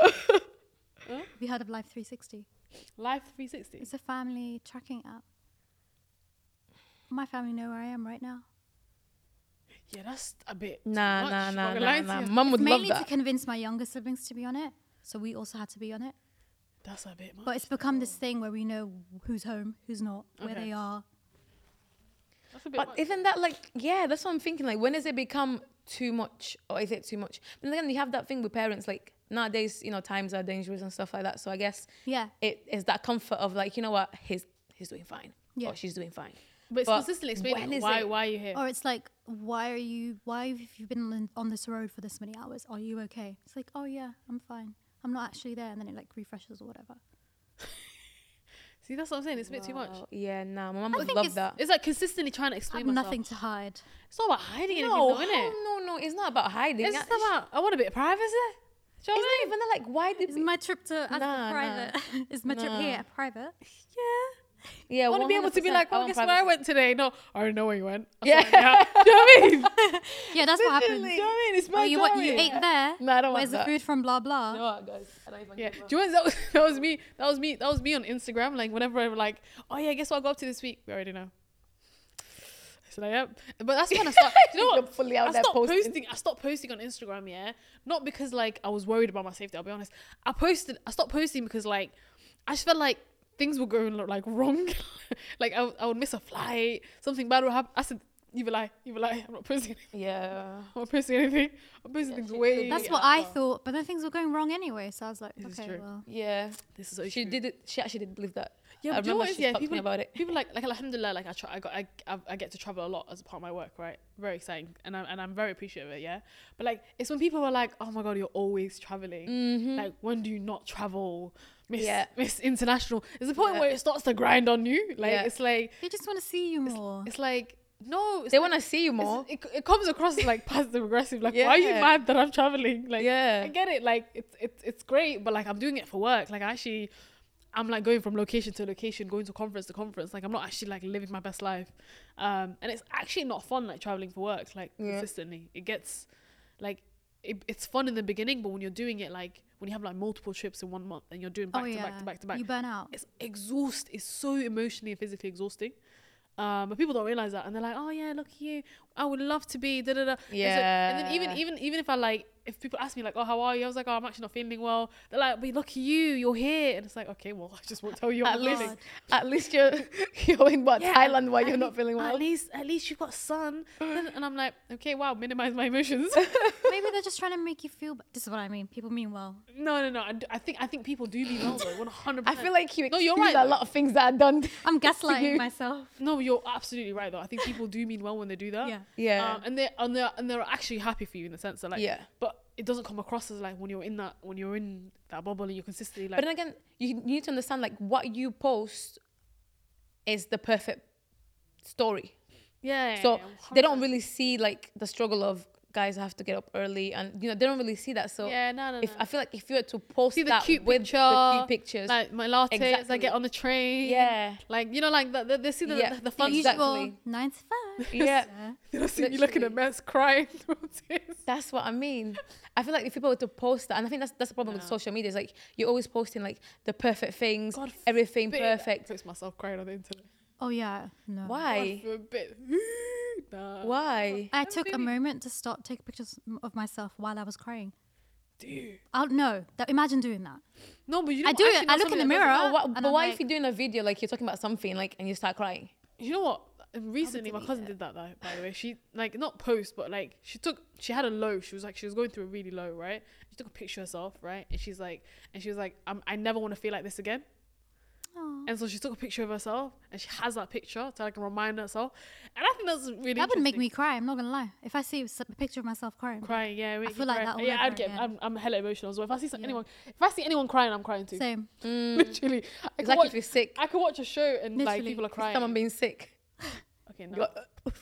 S3: Have you heard of Life 360?
S2: Life 360.
S3: It's a family tracking app. My family know where I am right now.
S2: Yeah, that's a bit.
S1: Nah,
S2: much.
S1: nah,
S2: I'm
S1: nah,
S2: not gonna
S1: nah,
S2: lie to
S1: nah.
S2: you.
S1: Mum would love
S3: Mainly to
S1: that.
S3: convince my younger siblings to be on it. So we also had to be on it.
S2: That's a
S1: Oh,
S2: bit. Much.
S3: But it's become this thing where we know who's home, who's not, where
S2: Okay.
S3: they are.
S2: That's a bit.
S1: But
S2: much.
S1: isn't that like yeah? That's what I'm thinking. Like when does it become too much, or is it too much? But then you have that thing with parents. Like nowadays, you know, times are dangerous and stuff like that. So I guess
S3: Yeah.
S1: it is that comfort of like you know what he's he's doing fine.
S3: Yeah.
S1: Or she's doing fine.
S2: but it's
S1: but
S2: consistently
S1: when
S2: explaining
S1: is
S2: why
S1: it? Oh.
S2: why are you here.
S3: Or it's like, why are you? Why have you been on- on this road for this many hours? Are you okay? It's like, oh yeah, I'm fine. I'm not actually there, and then it like refreshes or whatever.
S2: See, that's what I'm saying. It's a bit too much.
S1: Oh, yeah, nah, my mum
S3: I
S1: would
S3: think
S1: love
S3: it's-
S1: that.
S2: It's like consistently trying to
S3: I
S2: explain
S3: have
S2: myself.
S3: nothing to hide.
S2: It's not about hiding anything,
S1: No,
S2: though, innit?
S1: hell no, no, it's not about hiding.
S2: It's
S1: I-
S2: just about I want a bit of privacy. Do you know
S1: It's
S2: what I
S1: not
S2: mean?
S1: even that, like why did
S3: Is my trip to Asda
S1: Nah, nah.
S3: private? Is my trip here private?
S2: Yeah.
S1: yeah?
S2: I want to be able to be like,
S1: 100%, I
S2: oh,
S1: want
S2: guess where I
S1: privacy.
S2: went today? No, I already know where you went. I saw
S1: Yeah.
S2: it now. Do you know what I mean?
S3: Yeah, that's what happens.
S2: Do you know what I mean? It's my
S3: Oh, you, what, you
S2: diary.
S3: ate there.
S1: No, I don't
S3: Where's
S1: want
S3: the
S1: that.
S3: food from? Blah blah.
S1: No, guys, I don't even.
S2: Yeah.
S1: give a-
S2: Do you know what- that was, that was me? That was me. That was me on Instagram. Like whenever I were like, oh yeah, guess what I go up to this week? We already know. So I am. But that's when I start. Do you know
S1: You're
S2: what?
S1: fully out
S2: I
S1: there
S2: stopped
S1: posting.
S2: posting. I stopped posting on Instagram. Yeah, not because like I was worried about my safety. I'll be honest. I posted. I stopped posting because like I just felt like things were going like wrong. like I, would- I would miss a flight. Something bad would happen. I said, "You will lie. You will lie. I'm not posting.
S1: Yeah.
S2: I'm not posting anything. I'm posting
S1: Yeah,
S2: things
S1: she
S2: way.
S1: did.
S3: That's
S1: Yeah.
S3: what I thought, but then things were going wrong anyway. So I was like,
S2: This is
S3: okay,
S2: true.
S3: well,
S1: Yeah.
S2: This is so
S1: she
S2: true.
S1: did it. She actually did believe that.
S2: Yeah,
S1: I
S2: but do you
S1: remember
S2: know what it is?
S1: she
S2: Yeah,
S1: talked to me
S2: people-
S1: about it.
S2: people like like alhamdulillah like i try i got I, I've- I get to travel a lot as a part of my work right very exciting and i'm, and I'm very appreciative of it yeah but like it's when people are like oh my god you're always traveling like when do you not travel miss
S1: Mm-hmm. Yeah.
S2: miss international it's the point
S1: Yeah.
S2: where it starts to grind on you like
S1: Yeah.
S2: it's like
S3: they just want to see you more.
S2: it's like no it's
S1: They
S2: like-
S1: want to see you more.
S2: it's- it, it comes across as like passive aggressive like why are you
S1: Yeah.
S2: mad that i'm traveling like
S1: Yeah.
S2: i get it like it's it's it's great but like i'm doing it for work like I actually i'm like going from location to location going to conference to conference like i'm not actually like living my best life um and it's actually not fun like traveling for work like
S1: Yeah.
S2: consistently it gets like it, it's fun in the beginning but when you're doing it like when you have like multiple trips in one month and you're doing back
S3: oh
S2: to
S3: yeah,
S2: back to back to back
S3: you burn out.
S2: it's exhaust it's so emotionally and physically exhausting um, but people don't realize that and they're like oh yeah look at you i would love to be da da da And so- and then even
S1: Yeah.
S2: even even if i like if people ask me like oh how are you i was like oh i'm actually not feeling well they're like but look at you you're here and it's like okay well i just won't tell you i'm
S1: At
S2: not
S1: least,
S2: feeling
S1: at least you're you're going back
S2: Yeah,
S1: Thailand while
S2: at
S1: you're
S2: lea-
S1: not feeling well.
S2: at least at least you've got sun Then- and i'm like okay wow minimize my emotions
S3: Maybe they're just trying to make you feel. b- This is what I mean. People mean well.
S2: no no no I, d- I think i think people do be well though 100
S1: I feel like you
S2: No, you're
S1: excuse
S2: right,
S1: a lot of things that are done.
S3: I'm
S1: you.
S3: gaslighting myself.
S2: no you're absolutely right though i think people do mean well when they do that
S3: Yeah.
S1: Yeah.
S2: um, and they and they and they're actually happy for you in the sense that like
S1: Yeah.
S2: but it doesn't come across as like when you're in that when you're in that bubble and you're consistently like
S1: but then again, you need to understand like what you post is the perfect story.
S2: yeah, yeah,
S1: So
S2: yeah,
S1: they don't
S2: 100%.
S1: really see like the struggle of guys have to get up early, and you know they don't really see that. So
S2: yeah no no,
S1: if
S2: no.
S1: I feel like if you were to post
S2: see the
S1: that
S2: cute
S1: with
S2: picture
S1: the cute pictures,
S2: like my lattes I
S1: Exactly.
S2: get on the train
S1: yeah,
S2: like you know like the, the, they see the,
S1: Yeah,
S2: the, the fun
S1: exactly.
S2: stuff
S3: Usual nine to five.
S1: yeah.
S2: you know see you looking at
S1: Literally.
S2: mess crying through tears.
S1: That's what I mean. I feel like if people were to post that, and I think that's that's the problem with
S2: Yeah.
S1: social media. Is like you're always posting like the perfect things,
S2: God
S1: everything
S2: forbid I
S1: perfect.
S2: post myself crying on the internet
S3: Oh yeah, no.
S1: Why?
S2: God forbid. nah.
S1: Why?
S3: I took a
S2: maybe-
S3: moment to start taking pictures m- of myself while I was crying.
S2: Dude.
S3: I'll no. That, imagine doing that.
S2: No, but you know
S3: I
S2: what?
S3: do
S2: Actually,
S3: it. I
S2: that's
S3: look in the
S2: something that does-
S3: mirror.
S1: But, what,
S3: and
S1: but
S3: I'm
S1: why
S3: like-
S1: if you're doing a video like you're talking about something like and you start crying?
S2: You know what? Recently, my
S3: delete
S2: cousin
S3: it.
S2: did that. Though, by the way, she like not post, but like she took. She had a low. She was like she was going through a really low, right? She took a picture of herself, right? And she's like, and she was like, i I never want to feel like this again.
S3: Aw.
S2: And so she took a picture of herself, and she has that picture to like remind herself. And I think that's really
S3: That would make
S2: interesting.
S3: me cry. I'm not gonna lie. If I see s- a picture of myself crying,
S2: crying. Yeah, make you
S3: feel like
S2: cry.
S3: that all
S2: Yeah, I'd
S3: over
S2: get.
S3: again.
S2: I'm, I'm hella emotional as well. If I see some,
S3: Yeah.
S2: anyone, if I see anyone crying, I'm crying too.
S3: same.
S2: Literally, I
S1: It's
S2: could
S1: like
S2: watch.
S1: if you're sick,
S2: I could watch a show and like
S3: Literally.
S2: people are
S3: It's
S2: crying.
S1: someone being sick.
S2: okay,
S1: You
S2: no.
S1: got-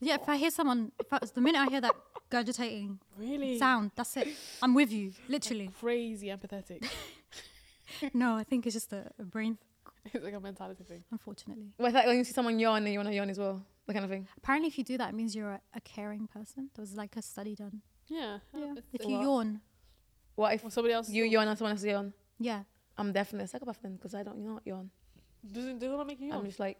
S3: Yeah, if I hear someone, if I, the minute I hear that gurgitating
S2: really
S3: sound, that's it. I'm with you, literally.
S2: crazy empathetic.
S3: No, I think it's just a, a brain,
S2: it's like a mentality thing.
S3: unfortunately.
S1: Well, it's like when you see someone yawn and you want to yawn as well, that kind of thing.
S3: Apparently, if you do that, it means you're a, a caring person. There was like a study done.
S2: Yeah.
S3: Yeah.
S2: It's-
S3: If
S2: or
S3: you
S2: what?
S3: yawn,
S1: What if
S2: Or somebody else
S1: you yawn and someone else yawn?
S3: yeah.
S1: I'm definitely a psychopath then because I don't not yawn.
S2: doesn't doesn't that make you
S1: I'm
S2: yawn?
S1: just like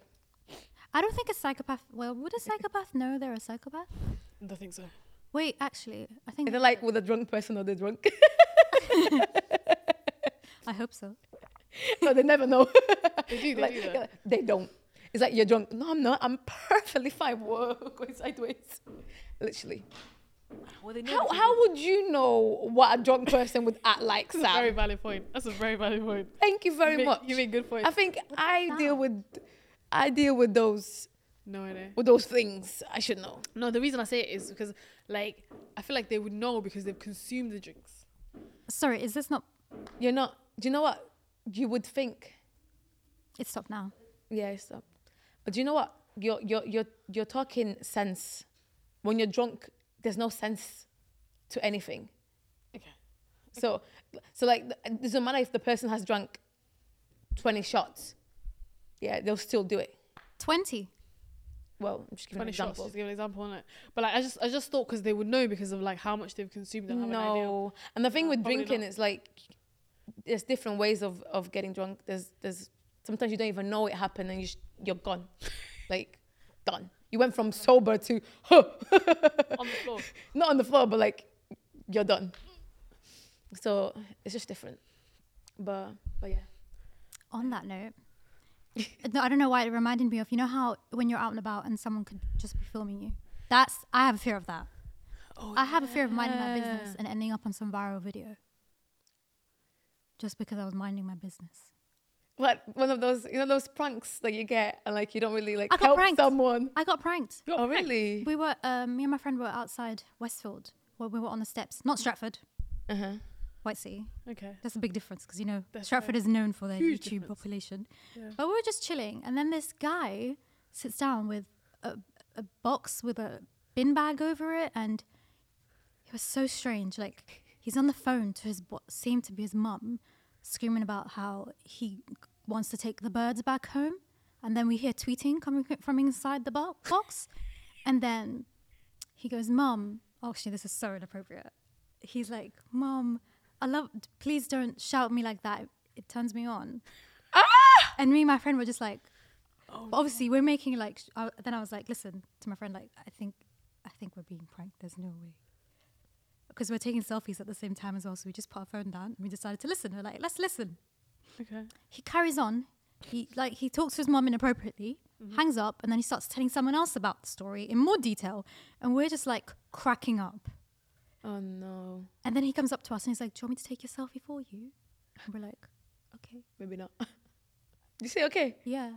S3: I don't think a psychopath. Well, would a psychopath know they're a psychopath?
S2: I don't think so.
S3: Wait, actually, I think.
S1: either like with a drunk person or they're drunk.
S3: I hope so.
S1: no, they never know.
S2: They do, they
S1: like,
S2: do that.
S1: yeah, they don't. It's like you're drunk. No, I'm not. I'm perfectly fine. Whoa, going sideways. Literally.
S2: Well, they
S1: How how would you know what a drunk person would act like,
S2: That's a very
S1: Sam?
S2: valid point. That's a very valid point.
S1: Thank you very
S2: you make,
S1: much.
S2: You make good point.
S1: I think I
S3: Sam?
S1: deal with I deal with those
S2: no idea.
S1: with those things. I should know.
S2: No, the reason I say it is because like I feel like they would know because they've consumed the drinks.
S3: Sorry, is this not?
S1: You're not. Do you know what you would think?
S3: It stopped now.
S1: Yeah, it's up. But do you know what? You're you're you're you're talking sense. When you're drunk, there's no sense to anything.
S2: Okay.
S1: So so like it doesn't matter if the person has drunk twenty shots. Yeah, they'll still do it.
S3: Twenty.
S1: Well, I'm just giving an
S2: Funny shots.
S1: example.
S2: Just give an example on it. But like I just I just thought because they would know because of like how much they've consumed and have an idea.
S1: No, and the thing
S2: No,
S1: with
S2: probably
S1: drinking,
S2: not.
S1: it's like there's different ways of of getting drunk. There's there's sometimes you don't even know it happened and you sh- you're gone, like done. You went from sober to
S2: on the floor.
S1: not on the floor, but like you're done. So it's just different. But but yeah,
S3: On
S2: Mm.
S3: that note, no, I don't know why it reminded me of. You know how when you're out and about and someone could just be filming you. That's I have a fear of that.
S2: Oh,
S3: I have a fear of minding my business
S2: yeah.
S3: and ending up on some viral video. Just because I was minding my business.
S1: what one of those you know those pranks that you get and like you don't really like
S3: I got
S1: help
S3: pranked.
S1: someone.
S3: I got pranked.
S1: Oh really?
S3: We were, um, me and my friend were outside Westfield, where we were on the steps, not Stratford,
S1: Uh huh.
S3: Whitesea.
S2: Okay.
S3: That's a big difference because you know
S2: That's
S3: Stratford
S2: right.
S3: is known for their
S2: Huge
S3: YouTube
S2: difference.
S3: population.
S2: Yeah.
S3: But we were just chilling, and then this guy sits down with a, a box with a bin bag over it, and it was so strange. Like he's on the phone to his what seemed to be his mum, screaming about how he wants to take the birds back home, and then we hear tweeting coming from inside the bo- box, and then he goes, Mom, actually, this is so inappropriate. He's like, Mom, I love, please don't shout at me like that. It turns me on. And me and my friend were just like, but obviously, we're making like, sh- I, then I was like, listen to my friend, like, I think, I think we're being pranked. There's no way. Because we're taking selfies at the same time as well. So we just put our phone down and we decided to listen. We're like, let's listen
S2: Okay.
S3: he carries on. He like he talks to his mom inappropriately, hangs up, and then he starts telling someone else about the story in more detail. And we're just like cracking up.
S1: Oh no,
S3: And then he comes up to us and he's like, "Do you want me to take your selfie for you?" And we're like, "Okay,
S1: maybe not. you say okay.
S3: yeah."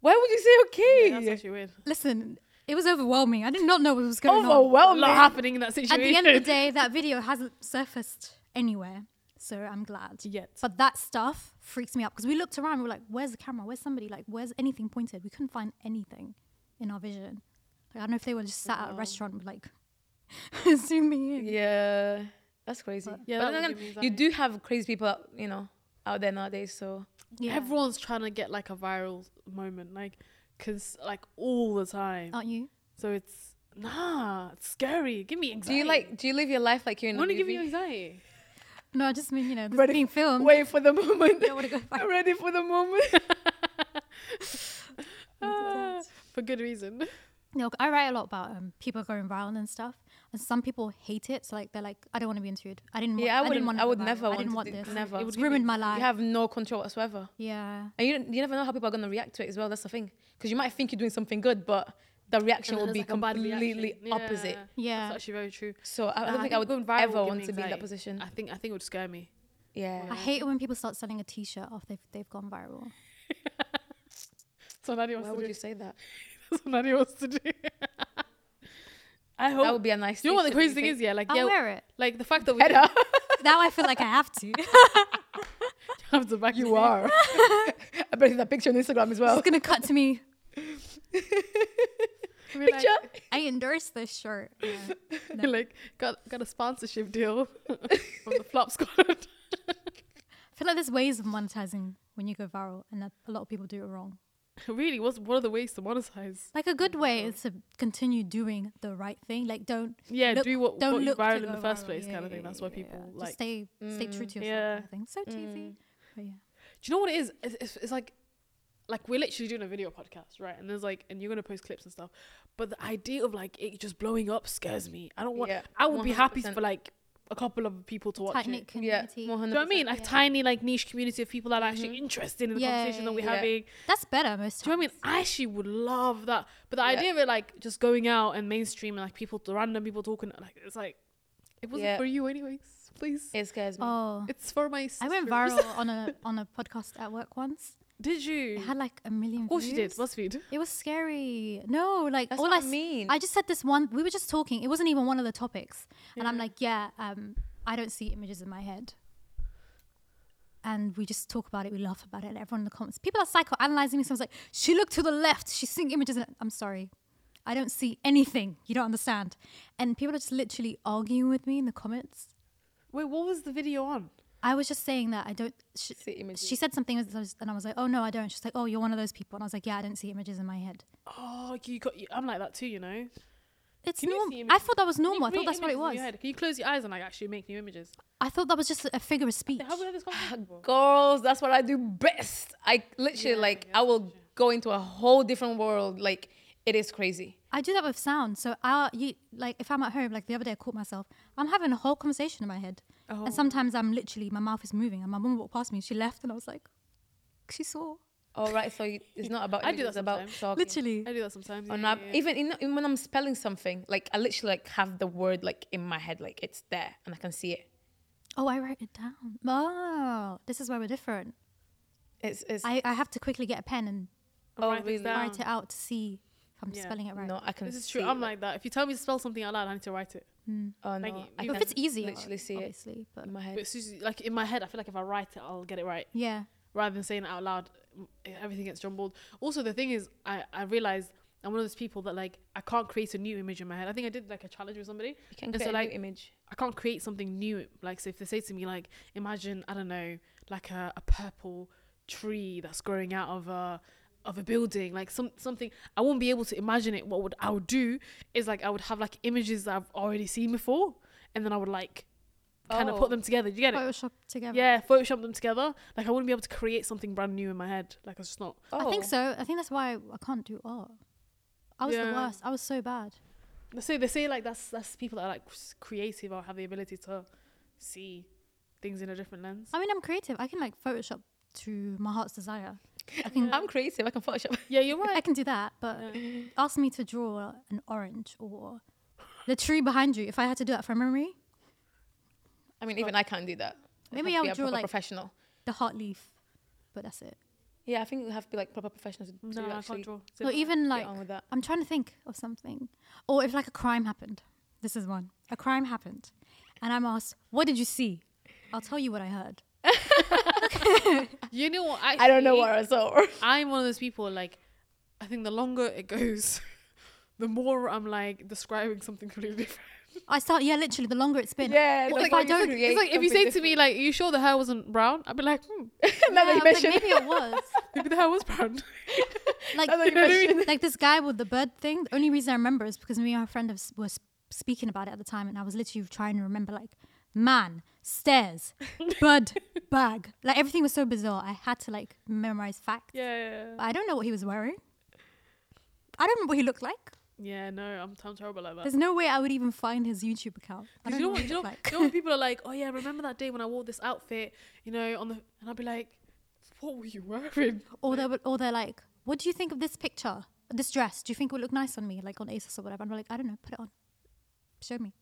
S1: Why would you say
S2: Yeah,
S1: okay?
S2: that's actually weird.
S3: Listen, it was overwhelming. I did not know what was going on.
S2: A
S1: Overwhelming.
S2: lot happening in that
S3: At
S2: situation.
S3: the end of the day, that video hasn't surfaced anywhere, so I'm glad.
S2: Yet.
S3: But that stuff freaks me out because we looked around. We were like, "Where's the camera? Where's somebody? Like, where's anything pointed?" We couldn't find anything in our vision. Like, I don't know if they were just sat at a
S2: Wow.
S3: restaurant, with, like zooming in.
S1: Yeah, that's crazy.
S2: Yeah,
S1: but
S2: that
S1: then again,
S2: would give me
S1: you
S2: anxiety.
S1: do have crazy people, out- you know, out there nowadays. So
S3: Yeah.
S2: Everyone's trying to get like a viral moment, like, cause like all the
S1: Oh.
S2: time.
S3: aren't you?
S2: so it's nah, it's scary. Give me
S1: do
S2: anxiety.
S1: you like? Do you live your life like you're in
S2: I
S1: a
S2: want to
S1: movie?
S2: give you anxiety.
S3: No, I just mean you know this
S1: Ready-
S3: being filmed.
S1: Wait for the moment.
S3: I wanna go back.
S1: Ready for the moment.
S2: Ah, for good reason.
S3: No, I write a lot about um, people going viral and stuff, and some people hate it. So like they're like, I don't want to be on Twitter. I didn't. Want,
S1: Yeah, I
S3: didn't
S1: wouldn't.
S3: want
S1: I,
S3: to go
S1: would
S3: viral.
S1: never
S3: I didn't
S1: want
S3: want
S1: to do-
S3: this.
S1: Never.
S3: It's ruined my life.
S1: You have no control whatsoever,
S3: yeah,
S1: and you don't- you never know how people are gonna react to it as well. That's the thing, because you might think you're doing something good, but the reaction will
S2: And there's,
S1: be
S2: like, a bad
S1: completely
S2: reaction.
S1: opposite.
S2: Yeah,
S3: yeah.
S2: That's actually very true.
S1: So I, I
S2: Nah,
S1: don't think I would
S2: going viral
S1: ever
S2: would give
S1: want
S2: me
S1: to be in that
S2: anxiety.
S1: position.
S2: I think I think it would scare me.
S1: Yeah.
S3: I hate it when people start selling a T-shirt after they've, they've gone viral.
S2: So Nadia wants
S1: Why
S2: to
S1: would
S2: do.
S1: you say that?
S2: That's what Nadia wants to do. I hope.
S1: That would be a nice.
S2: you know what the
S1: t-shirt,
S2: crazy thing
S1: don't
S2: is? Yeah, like
S3: I'll
S2: yeah,
S3: wear it.
S2: like the fact that we
S1: you think?
S3: Now I feel like I have to.
S2: have to back
S1: You are. I bet you that picture on Instagram as well.
S3: it's gonna cut to me.
S2: We're like,
S1: Picture.
S3: I endorse this shirt. Yeah.
S2: we're like got got a sponsorship deal from the Flop Squad.
S3: I feel like there's ways of monetizing when you go viral, and that a lot of people do it wrong.
S2: really, what's what are the ways to monetize?
S3: Like a good way is to continue doing the right thing. Like don't
S2: Yeah,
S3: Look-
S2: do what
S3: don't
S2: got you
S3: look to
S2: viral in
S3: go
S2: the first
S3: viral.
S2: place,
S3: Yeah,
S2: kind of
S3: yeah,
S2: thing. That's why
S3: yeah,
S2: people
S3: just
S2: like. Mm,
S3: stay stay true to yourself.
S2: yeah.
S3: Yeah. Kind of thing. So cheesy. But yeah.
S2: Do you know what it is? It's, it's, it's like, like we're literally doing a video podcast, right? And there's like, and you're gonna post clips and stuff. But the idea of like it just blowing up scares me. I don't want.
S1: Yeah,
S2: I would be happy
S1: 100%.
S2: for like a couple of people to watch
S3: Tight
S2: it.
S3: knit
S1: Yeah. 100%.
S3: community.
S2: Do you know what I mean? Like
S3: yeah. Mm-hmm.
S2: tiny, like niche community of people that are actually interested in the
S3: Yeah,
S2: conversation that
S3: yeah,
S2: we're
S1: yeah.
S2: having.
S3: That's better most
S2: Do you know
S3: times.
S2: what I mean? I actually would love that. But the
S1: Yeah.
S2: idea of it like just going out and mainstream and like people, random people talking, like it's like it wasn't
S1: Yeah.
S2: for you anyways. Please,
S1: It scares me.
S3: Oh.
S2: it's for my.
S3: I went
S2: sisters.
S3: viral on a on a podcast at work once.
S2: Did
S3: It
S2: you?
S3: had like a million
S2: Of course
S3: views.
S2: you did. BuzzFeed.
S3: It was scary. No, like
S1: That's
S3: all
S1: what
S3: I
S1: I
S3: s-
S1: mean.
S3: I just said this one. We were just talking. It wasn't even one of the topics, and I'm like, yeah, um, I don't see images in my head. And we just talk about it. We laugh about it. And everyone in the comments, people are psychoanalyzing me. Someone's like, she looked to the left. She's seeing images. in- I'm sorry, I don't see anything. You don't understand. And people are just literally arguing with me in the comments.
S2: Wait, what was the video on?
S3: I was just saying that I don't. Sh-
S1: See images.
S3: she said something, and I was- and I was like, "Oh no, I don't." She's like, "Oh, you're one of those people," and I was like, "Yeah, I didn't see images in my head."
S2: Oh, you got. You, I'm like that too, you know.
S3: It's
S2: Can you
S3: normal.
S2: see
S3: I
S2: images?
S3: thought that was normal. I
S2: Create
S3: thought that's what it
S2: images in
S3: was.
S2: your head. Can you close your eyes and like actually make new images?
S3: I thought that was just a figure of speech.
S2: Have we had this conversation? before?
S1: Girls, that's what I do best. I literally
S2: Yeah,
S1: like
S2: yeah,
S1: I will go into a whole different world. Like it is crazy.
S3: I do that with sound. So I, you, like, if I'm at home, like the other day, I caught myself. I'm having a whole conversation in my head,
S2: Oh.
S3: and sometimes I'm literally my mouth is moving. And my mum walked past me. She left, and I was like, she saw.
S1: All right, so you- it's not about
S2: I
S1: images,
S2: do that
S1: it's about
S2: sometimes.
S1: talking.
S3: Literally,
S2: I do that sometimes.
S3: Oh,
S1: Or
S2: yeah,
S1: not,
S2: yeah, yeah.
S1: even, in, even when I'm spelling something, like I literally like have the word like in my head, like it's there and I can see it.
S3: oh, I wrote it down. Oh, this is why we're different.
S1: It's it's
S3: I, I have to quickly get a pen and
S2: I'm
S1: Oh,
S2: writing things
S1: really?
S2: down.
S3: write it out to see if I'm
S2: Yeah.
S3: spelling it right.
S1: no, I can.
S2: This is true.
S1: see
S2: I'm
S1: it.
S2: like that. If you tell me to spell something out loud, I need to write it.
S1: oh no,
S2: like,
S1: I
S2: even
S3: If
S1: can
S3: it's easy,
S1: literally see it
S3: obviously, but
S1: in my
S2: But
S1: head.
S2: Susie, like in my head, I feel like if I write it, I'll get it right.
S3: yeah,
S2: Rather than saying it out loud, m- everything gets jumbled. Also, the thing is, I I realized I'm one of those people that like I can't create a new image in my head. I think I did like a challenge with somebody.
S1: You can
S2: And so,
S1: create a
S2: like,
S1: new image.
S2: I can't create something new. Like, so if they say to me, like, imagine, I don't know, like a, a purple tree that's growing out of a of a building, like some something, I won't be able to imagine it. What would I would do is like I would have like images that I've already seen before, and then I would like kind of
S1: Oh.
S2: put them together. Do you get it?
S3: Photoshop together.
S2: Yeah, Photoshop them together. Like I wouldn't be able to create something brand new in my head. Like it's just not.
S1: Oh,
S3: I think so. I think that's why I can't do art. I was
S2: Yeah.
S3: the worst. I was so bad.
S2: They say they say like that's that's people that are like s- creative or have the ability to see things in a different lens.
S3: I mean, I'm creative. I can like Photoshop to my heart's desire. I can,
S1: I'm creative. I can Photoshop.
S2: Yeah, you're right.
S3: I can do that. But ask me to draw an orange or the tree behind you. If I had to do that from memory,
S1: I mean, even I can't do that. It
S3: Maybe
S1: has to
S3: I
S1: be
S3: would
S1: a
S3: draw,
S1: proper
S3: like-
S1: professional.
S3: the heart leaf. But that's it.
S1: Yeah, I think you have to be like proper professionals to, to
S2: No, I
S1: actually
S2: can't draw.
S3: Or even like
S1: get on with that.
S3: I'm trying to think of something, or if like a crime happened. This is one. A crime happened, and I'm asked, "What did you see?" I'll tell you what I heard.
S2: you know what?
S1: I don't know
S2: actually,
S1: what I saw.
S2: I'm one of those people. Like, I think the longer it goes, the more I'm like describing something completely different.
S3: I start, yeah, literally. The longer it's been,
S1: yeah,
S3: Well,
S1: that's
S3: if
S1: why
S3: I
S1: you
S3: don't-
S1: create
S2: It's like if you say
S1: something
S2: to me,
S1: different.
S2: like, "Are you sure the hair wasn't brown?" I'd be like, hmm,
S1: now
S3: Yeah,
S1: that you
S3: I was like,
S1: mention,
S3: maybe it was
S2: "Maybe the hair was brown."
S3: like
S1: now that you mention,
S3: like this guy with the bird thing. The only reason I remember is because me and my friend have s- were s- speaking about it at the time, and I was literally trying to remember like man, stairs, bird, bag. Like everything was so bizarre. I had to like memorize facts.
S2: yeah, yeah, yeah.
S3: But I don't know what he was wearing. I don't remember what he looked like.
S2: Yeah, no, I'm, I'm terrible like that.
S3: There's no way I would even find his YouTube account. I don't
S2: Because you know
S3: know
S2: what,
S3: what
S2: you
S3: he
S2: know,
S3: looked like.
S2: you know when people are like, oh yeah, remember that day when I wore this outfit, you know, on the, and I'll be like, what were you wearing?
S3: or they're or they're like, "What do you think of this picture, this dress? Do you think it would look nice on me, like on ASOS or whatever?" And we're like, "I don't know, put it on, show me."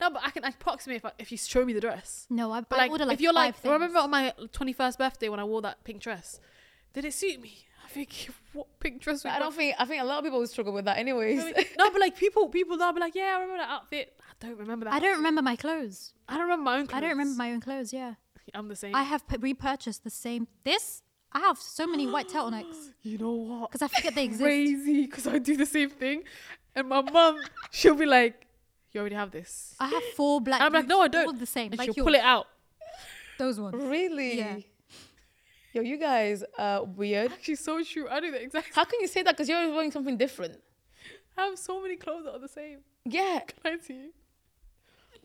S2: No, but I can I can approximate if, I, if you show me the dress.
S3: No, I,
S2: But
S3: I
S2: like,
S3: order like
S2: if you're like,
S3: five
S2: "Oh, remember
S3: things."
S2: on my 21st birthday when I wore that pink dress, did it suit me? I think what pink dress? would
S1: I don't think I think a lot of people would struggle with that, anyways.
S2: I mean, no, but like people, people that'll be like, yeah, I remember that outfit. I don't remember that.
S3: I don't remember my clothes.
S2: I don't remember my own. Clothes.
S3: I don't remember my own clothes. Yeah,
S2: I'm the same.
S3: I have p- repurchased the same. This I have so many white turtlenecks
S2: you know what?
S3: because I forget they exist.
S2: Crazy, because I do the same thing, and my mum, she'll be like, you already have this.
S3: I have four black.
S2: And I'm like,
S3: boots,
S2: no, I don't.
S3: All the same,
S2: And
S3: like
S2: she'll
S3: yours,
S2: pull it out.
S3: those ones.
S1: really?
S3: Yeah.
S1: Yo, you guys are weird.
S2: She's so true. I do the exact.
S1: How can you say that? Because you're always wearing something different.
S2: I have so many clothes that are the same.
S1: Yeah,
S2: Can I see? you?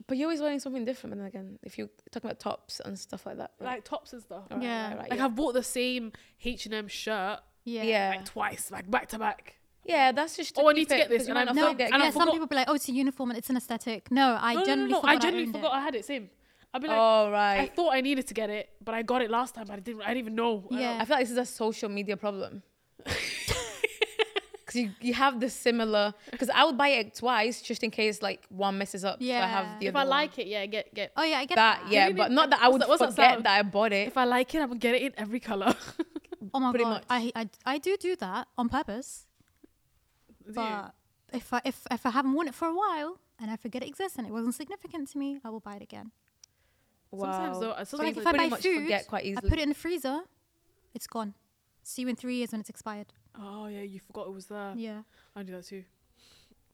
S1: but you're always wearing something different. But then again, if you're talking about tops and stuff like that, right?
S2: Like tops and stuff.
S1: Right,
S3: Yeah.
S1: right, right,
S2: Like
S1: yeah.
S2: I've bought the same H and M shirt
S1: yeah.
S3: Yeah.
S1: yeah,
S2: like twice, like back to back.
S1: that's just.
S2: Oh, I
S1: keep
S2: need to
S1: it,
S2: get this,
S1: 'cause you
S2: and
S1: might not
S2: I'm
S3: No,
S1: find it
S2: not- and
S1: again.
S2: I
S3: yeah, some
S2: forgot-
S3: people be like, "Oh, it's a uniform and it's an aesthetic." No, I
S2: No, no, no,
S3: generally
S2: no,
S3: forgot.
S2: I genuinely
S3: owned it.
S2: forgot I had it. Same. I'd be like,
S1: All
S2: I
S1: right.
S2: thought I needed to get it, but I got it last time. But I didn't. I didn't even know. I don't-
S3: Yeah.
S1: I feel like this is a social media problem. Because you, you have the similar. Because I would buy it twice just in case like one messes up. So I have the
S3: Yeah.
S2: If
S1: other
S2: I
S1: one.
S2: like it, yeah, get get.
S3: Oh yeah, I get
S1: that,
S3: that.
S1: yeah,
S2: Really?
S1: but not that I
S2: What's
S1: would
S2: that- what's that
S1: forget
S2: sound?
S1: that I bought it.
S2: If I like it, I'm gonna get it in every color.
S3: Oh my
S1: Pretty
S3: god,
S1: much.
S3: I, I I do do that on purpose. But if I if if I haven't worn it for a while and I forget it exists and it wasn't significant to me, I will buy it again.
S2: Sometimes though, sometimes
S3: But like
S2: like
S3: if I
S1: pretty
S3: buy
S1: much
S3: food,
S1: forget quite
S3: I
S1: easily.
S3: put it in the freezer, it's gone. See you in three years when it's expired.
S2: oh yeah, you forgot it was there.
S3: Yeah,
S2: I do that too.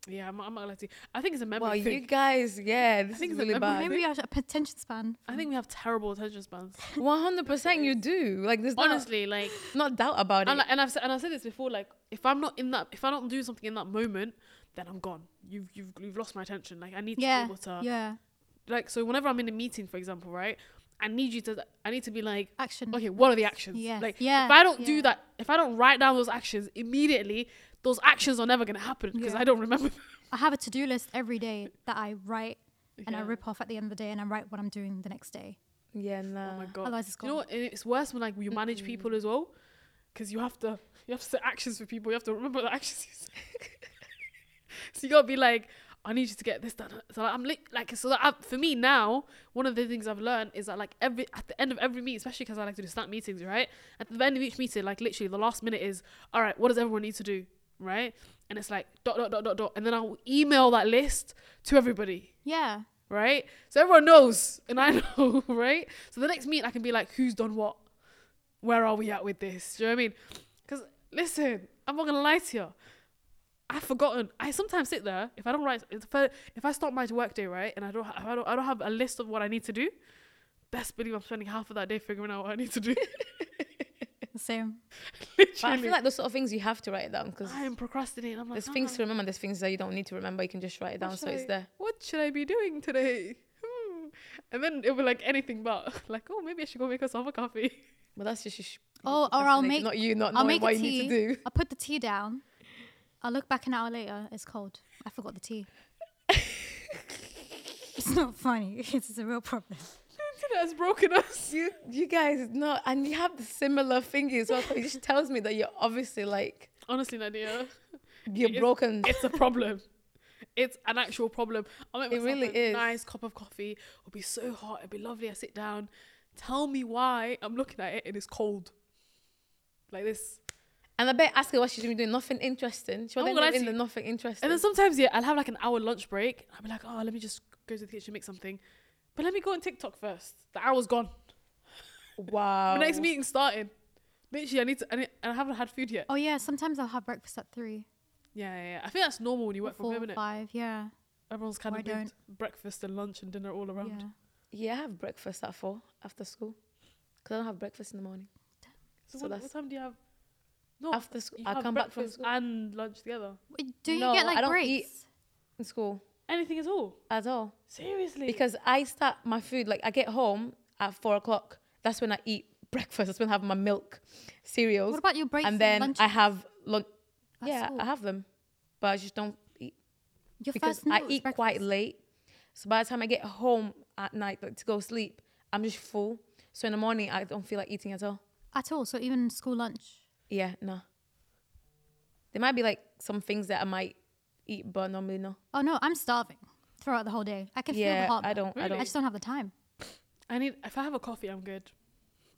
S2: Yeah, I'm, I'm not allowed to. I think it's a memory
S1: Wow, you
S2: thing.
S1: guys, yeah, this
S2: think
S1: is
S2: it's a
S1: really
S2: memory
S1: bad.
S3: maybe I should, attention span.
S2: I think we have terrible attention spans.
S1: One hundred percent, you do. Like, there's honestly
S2: Honestly, like,
S1: not, doubt about it.
S2: and, like, and I've said, and I said this before. Like, if I'm not in that, if I don't do something in that moment, then I'm gone. You've you've you've lost my attention. Like, I need to
S3: Yeah,
S2: be able to
S3: yeah,
S2: like. So whenever I'm in a meeting, for example, right, I need you to. I need to be like,
S3: action.
S2: okay, what are the actions?
S3: Mm. Yes,
S2: Like,
S3: yeah,
S2: if I don't
S3: yeah.
S2: do that, if I don't write down those actions immediately, those actions are never gonna happen because
S3: Yeah.
S2: I don't remember. them.
S3: I have a to do list every day that I write and I
S2: Yeah.
S3: rip off at the end of the day and I write what I'm doing the next day.
S1: yeah, nah.
S2: Oh my god.
S3: Otherwise, it's
S2: you know
S3: gone.
S2: what? And it's worse when like you manage people as well, because you have to you have to set actions for people. You have to remember the actions. You set. so you gotta be like, I need you to get this done. So like, I'm li- like, so that I, for me now, one of the things I've learned is that like every at the end of every meet, especially because I like to do snap meetings, right? At the end of each meeting, like literally the last minute is, all right, what does everyone need to do, right? And it's like dot dot dot dot dot, and then I'll email that list to everybody
S3: Yeah,
S2: right? So everyone knows, and I know, right? So the next meet, I can be like, who's done what? Where are we at with this? Do you know what I mean? Because listen, I'm not gonna lie to you. I've forgotten. I sometimes sit there if I don't write. If I, if I start my work day right, and I don't, ha- if I don't, I don't have a list of what I need to do. Best believe I'm spending half of that day figuring out what I need to do.
S3: the same.
S1: But I
S2: Literally,
S1: feel like those sort of things you have to write it down because
S2: I am procrastinating. I'm like,
S1: there's things
S2: "Ah,
S1: to remember. There's things that you don't need to remember. You can just write it
S2: what
S1: down, so
S2: should
S1: it's
S2: I-
S1: there.
S2: What should I be doing today? Hmm. And then it'll be like anything but like, oh, maybe I should go make myself a coffee.
S1: But that's just. you sh-
S3: Oh, or I'll
S1: procrastinate,
S3: make
S1: not you not
S3: I'll
S1: knowing
S3: make a
S1: what you
S3: tea.
S1: need to do.
S3: I'll put the tea down. I'll look back an hour later. It's cold. I forgot the tea. it's not funny. It's a real problem.
S2: Internet has broken us.
S1: You you guys no, and you have the similar thingy as well. So it just tells me that you're obviously like
S2: Honestly, Nadia,
S1: you're
S2: It's-
S1: broken.
S2: it's a problem. It's an actual problem. I make
S1: It
S2: myself
S1: really
S2: a
S1: is.
S2: nice cup of coffee. It'll be so hot. It'll be lovely. I sit down. Tell me why I'm looking at it and it's cold. Like this.
S1: And I bet ask her what she's been doing. Nothing interesting.
S3: Oh,
S1: She
S2: I'm
S1: wasn't
S2: gonna
S1: in
S2: lie
S1: the
S2: to
S1: nothing interesting.
S2: And then sometimes, yeah, I'll have like an hour lunch break. I'll be like, oh, let me just go to the kitchen, make something. But let me go on TikTok first. The hour's gone.
S1: wow.
S2: The next meeting starting. Literally, I need to, I need, and I haven't had food yet.
S3: Oh yeah, sometimes I'll have breakfast at three,
S2: Yeah, yeah, yeah. I think that's normal when you
S3: or
S2: work from
S3: four,
S2: home, innit?
S3: five. Yeah,
S2: Everyone's kind
S3: Why
S2: of moved breakfast and lunch and dinner all around.
S3: yeah.
S1: Yeah, I have breakfast at four after school. Cause I don't have breakfast in the morning.
S2: So,
S1: So
S2: what,
S1: that's-
S2: what time do you have? No,
S1: After school,
S2: you
S1: I
S2: have
S1: come back from
S2: breakfast
S1: school.
S2: and lunch together.
S3: Wait, Do you
S1: No,
S3: get like
S1: I don't
S3: breaks?
S1: eat- In school
S2: Anything at all?
S1: at all
S2: Seriously?
S1: because I start my food like I get home at four o'clock. That's when I eat breakfast. That's when I have my milk, cereals,
S3: What about your breaks?
S1: and then
S3: lunch?
S1: I have lunch.
S3: at
S1: yeah,
S3: school.
S1: I have them, but I just don't eat
S3: Your
S1: because
S3: first meal
S1: I
S3: was
S1: eat
S3: breakfast.
S1: quite late. So by the time I get home at night like, to go sleep, I'm just full. So in the morning, I don't feel like eating at all.
S3: at all. So even school lunch.
S1: Yeah, no. There might be like some things that I might eat, but normally no.
S3: Oh no, I'm starving throughout the whole day. I can feel
S1: Yeah,
S3: the heart.
S1: I don't- I
S3: I
S1: don't-
S3: just don't have the time.
S2: I need if I have a coffee, I'm good.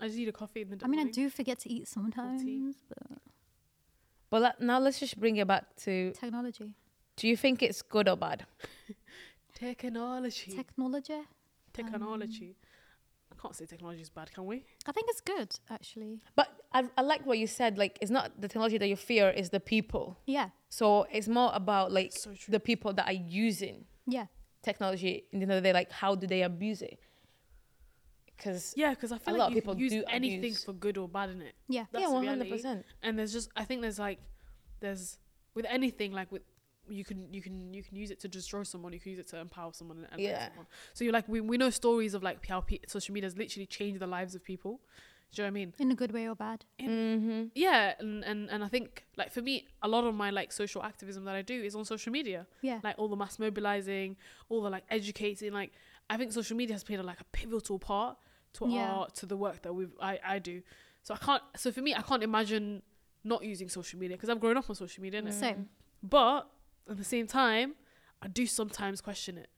S2: I just need a coffee in the.
S3: I mean, I
S2: morning.
S3: do forget to eat sometimes, but
S1: But let, now let's just bring it back to:
S3: technology,
S1: Do you think it's good or bad?
S2: technology.
S3: technology.
S2: technology. I can't say technology is bad, can we?
S3: I think it's good actually.
S1: But I, I like what you said. Like, it's not the technology that you fear; it's the people.
S3: Yeah,
S1: So it's more about like
S2: So true.
S1: the people that are using
S3: yeah.
S1: technology. In the end of the day, like how do they abuse it? Because
S2: Yeah, because I feel
S1: lot
S2: like
S1: of
S2: you
S1: people
S2: can use
S1: do
S2: anything
S1: abuse.
S2: for good or bad in it.
S3: Yeah.
S2: That's
S1: yeah,
S2: the
S1: one hundred
S2: reality.
S1: percent.
S2: And there's just I think there's like there's with anything like with you can you can you can use it to destroy someone. You can use it to empower someone and elevate
S1: Yeah.
S2: someone. So you like we we know stories of like how pe- social media has literally changed the lives of people. Do you know what I mean?
S3: In a good way or bad.
S1: Mm-hmm.
S2: Yeah, and, and and I think like for me, a lot of my like social activism that I do is on social media.
S3: Yeah.
S2: like all the mass mobilizing, all the like educating. Like I think social media has played a, like a pivotal part to
S3: Yeah.
S2: our to the work that we I I do. So I can't. So for me, I can't imagine not using social media because I've grown up on social
S1: Mm-hmm.
S2: media. innit?
S3: Same.
S2: But at the same time, I do sometimes question it.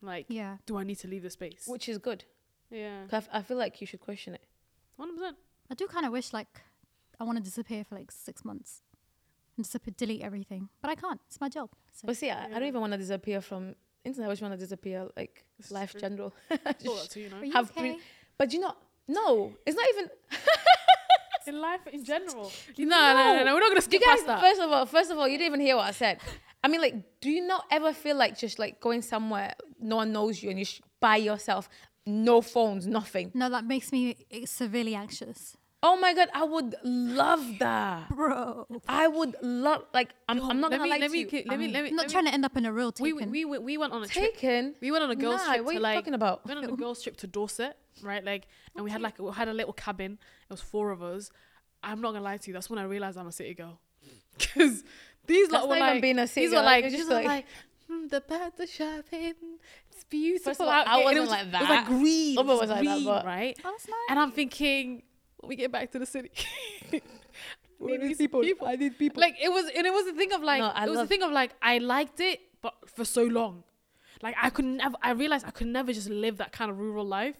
S2: Like,
S3: Yeah.
S2: do I need to leave the space?
S1: Which is good.
S2: yeah,
S1: 'Cause I, f- I feel like you should question it.
S2: one hundred percent.
S3: I do kind of wish like I want to disappear for like six months and disappear, delete everything, but I can't. It's my job. So
S1: But see, I, I don't even want to disappear from internet. I just want to disappear like
S2: This is
S1: life
S2: true. Oh,
S1: general.
S2: Thought that too, you know.
S3: are you
S1: have
S3: okay?
S1: pre- but you know, no, it's not even.
S2: In life in general. No,
S1: No.
S2: no, no, no, We're not gonna
S1: You
S2: skip
S1: guys,
S2: past that.
S1: first of all, first of all, you didn't even hear what I said. I mean, like, do you not ever feel like just like going somewhere no one knows you and you're sh- by yourself, no phones, nothing?
S3: No, that makes me eh, severely anxious,
S1: Oh my god, I would love that.
S3: bro.
S1: I would love like I'm, I'm not
S2: let
S1: gonna
S2: me,
S1: lie
S2: let
S1: to
S2: me,
S1: you.
S2: ki- Let me,
S1: I'm
S2: let me.
S3: I'm not
S2: let me-
S3: trying to end up in a real
S2: we,
S3: taken.
S2: we we we went on a trip.
S1: taken.
S2: We went on a girls
S1: Nah,
S2: trip
S1: what are
S2: to
S1: you
S2: like
S1: talking about?
S2: we went on a girls trip to Dorset, right? Like, and we had like we had a little cabin. It was four of us. I'm not gonna lie to you. That's when I realized I'm a city girl, because these
S1: That's
S2: lot were
S1: not even
S2: like
S1: being a city
S2: these
S1: girl,
S2: were like
S1: you're
S2: these
S1: just
S2: were
S1: like-
S2: like hmm, the birds are shopping. It's beautiful.
S1: all,
S2: out
S1: I
S2: here," and
S1: wasn't
S2: it was,
S1: like
S2: It was
S1: that.
S2: like green.
S1: Oba
S2: it was
S1: was like that,
S2: green,
S1: but-
S2: right?
S3: Oh, that's nice.
S2: And I'm thinking, when we get back to the city. I need these
S1: I need people.
S2: like it was and it was a thing of like
S1: No, I
S2: it was a
S1: love-
S2: thing of like I liked it but for so long like I could never I realized I could never just live that kind of rural life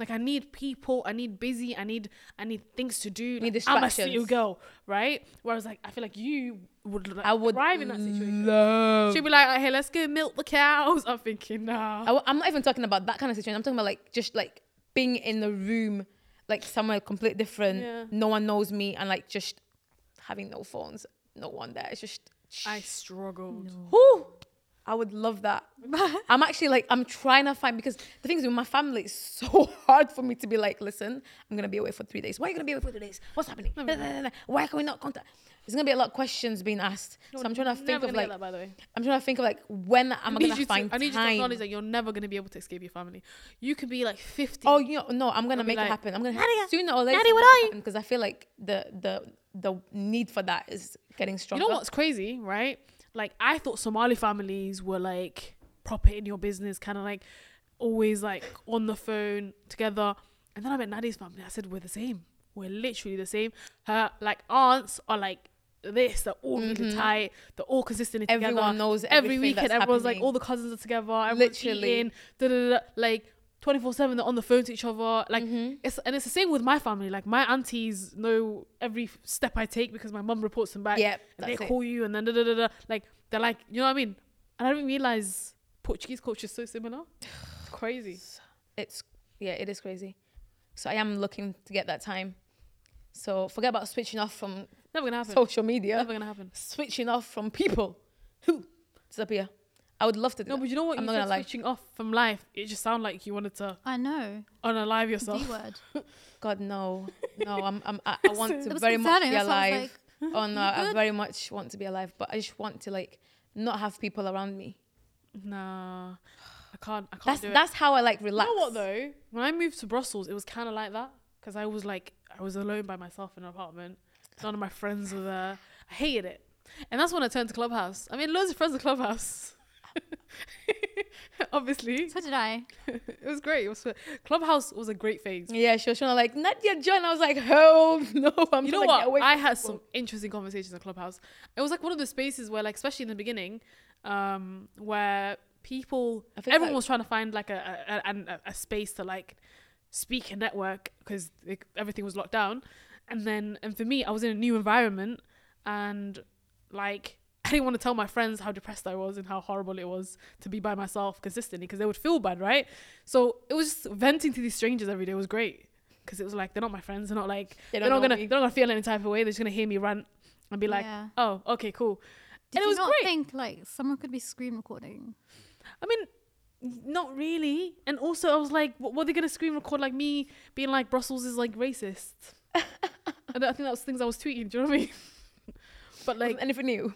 S2: like I need people I need busy I need I need things to do
S1: Need
S2: Like, I'm a city
S1: distractions.
S2: girl right whereas like I feel like you would like,
S1: I would
S2: thrive in that situation
S1: love.
S2: she'd be like hey let's go milk the cows I'm thinking nah
S1: I, w- I'm not even talking about that kind of situation. I'm talking about like just like being in the room, like somewhere completely different.
S2: Yeah.
S1: No one knows me, and like just having no phones, no one there. It's just.
S2: I struggled
S1: Whew! I would love that. I'm actually like I'm trying to find because the thing is with my family, it's so hard for me to be like, listen, I'm gonna be away for three days. Why are you gonna be away for three days? What's happening? Da, da, da, da. Why can we not contact? There's gonna be a lot of questions being asked. so I'm trying to think
S2: never
S1: of
S2: gonna
S1: like
S2: get that, by the way.
S1: I'm trying to think of like when am I
S2: need
S1: gonna
S2: you
S1: find
S2: to, I need you to
S1: time?
S2: acknowledge that you're never going to be able to escape your family. You could be like 50.
S1: Oh, you know, no, I'm gonna
S2: be
S1: make
S2: like,
S1: it happen. I'm gonna
S3: Nadia,
S1: sooner or later.
S3: Nadia, what are you?
S1: Because I feel like the the the need for that is getting
S2: You
S1: stronger.
S2: know what's crazy, right? Like I thought Somali families were like proper in your business, kind of like always like on the phone together. And then I met Nadi's family. I said we're the same. We're literally the same. Her like aunts are like this. They're all really tight. They're all consistently together.
S1: Mm-hmm. Everyone knows
S2: Every
S1: everything
S2: weekend,
S1: that's
S2: everyone's like
S1: happening.
S2: all the cousins are together. Everyone's
S1: Literally.
S2: eating. Da, da, da, da. Like. 24-7 they're on the phone to each other like
S1: Mm-hmm.
S2: it's and it's the same with my family like my aunties know every step i take because my mum reports them back
S1: Yep,
S2: and they
S1: that's it.
S2: call you and then da, da, da, da. like they're like you know what i mean and i didn't realize portuguese culture is so similar it's crazy
S1: It's yeah, it is crazy. So I am looking to get that time. So forget about switching off from
S2: never gonna happen
S1: social media.
S2: never gonna happen
S1: Switching off from people. Who disappear? I would love to do.
S2: no
S1: that.
S2: but you know what
S1: I'm
S2: you
S1: not
S2: said
S1: gonna lie.
S2: switching off from life it just sounded like you wanted to
S3: I know.
S2: unalive
S3: D
S2: yourself
S3: word.
S1: God no, no. I'm, I'm I, I want
S3: That
S1: to
S3: was
S1: very much
S3: concerning,
S1: be
S3: that's why I was
S1: alive. oh no, I very much want to be alive, but I just want to like not have people around me.
S2: nah i can't i can't
S1: That's
S2: do it.
S1: that's how I like
S2: you
S1: relax.
S2: know what though when i moved to brussels it was kind of like that because i was like i was alone by myself in an apartment none of my friends were there i hated it And that's when I turned to Clubhouse. I made loads of friends at Clubhouse. Obviously,
S3: So did I.
S2: it was great. It was Clubhouse was a great phase.
S1: Yeah, she was trying to like Nadia John. I was like, oh no, I'm trying
S2: you know
S1: to get away
S2: what?
S1: from
S2: I had
S1: people.
S2: some interesting conversations at Clubhouse. It was like one of the spaces where, like, especially in the beginning, um, where people,
S1: I think,
S2: everyone
S1: like-
S2: was trying to find like a a, a, an- a a space to like speak and network because everything was locked down. And then, and for me, I was in a new environment, and like. I didn't want to tell my friends how depressed I was and how horrible it was to be by myself consistently because they would feel bad, right? So it was just venting to these strangers every day was great because it was like they're not my friends, they're not like
S1: They
S2: they're
S1: don't
S2: not
S1: know
S2: gonna
S1: me.
S2: they're not gonna feel any type of way. They're just gonna hear me rant and be like,
S3: Yeah.
S2: "Oh, okay, cool."
S3: Did
S2: and it
S3: you
S2: was
S3: not
S2: great.
S3: think like someone could be screen recording?
S2: I mean, not really. And also, I was like, "What, what are they gonna screen record like me being like Brussels is like racist?" and I think that was things I was tweeting. Do you know what I mean? but like,
S1: Wasn't anything new.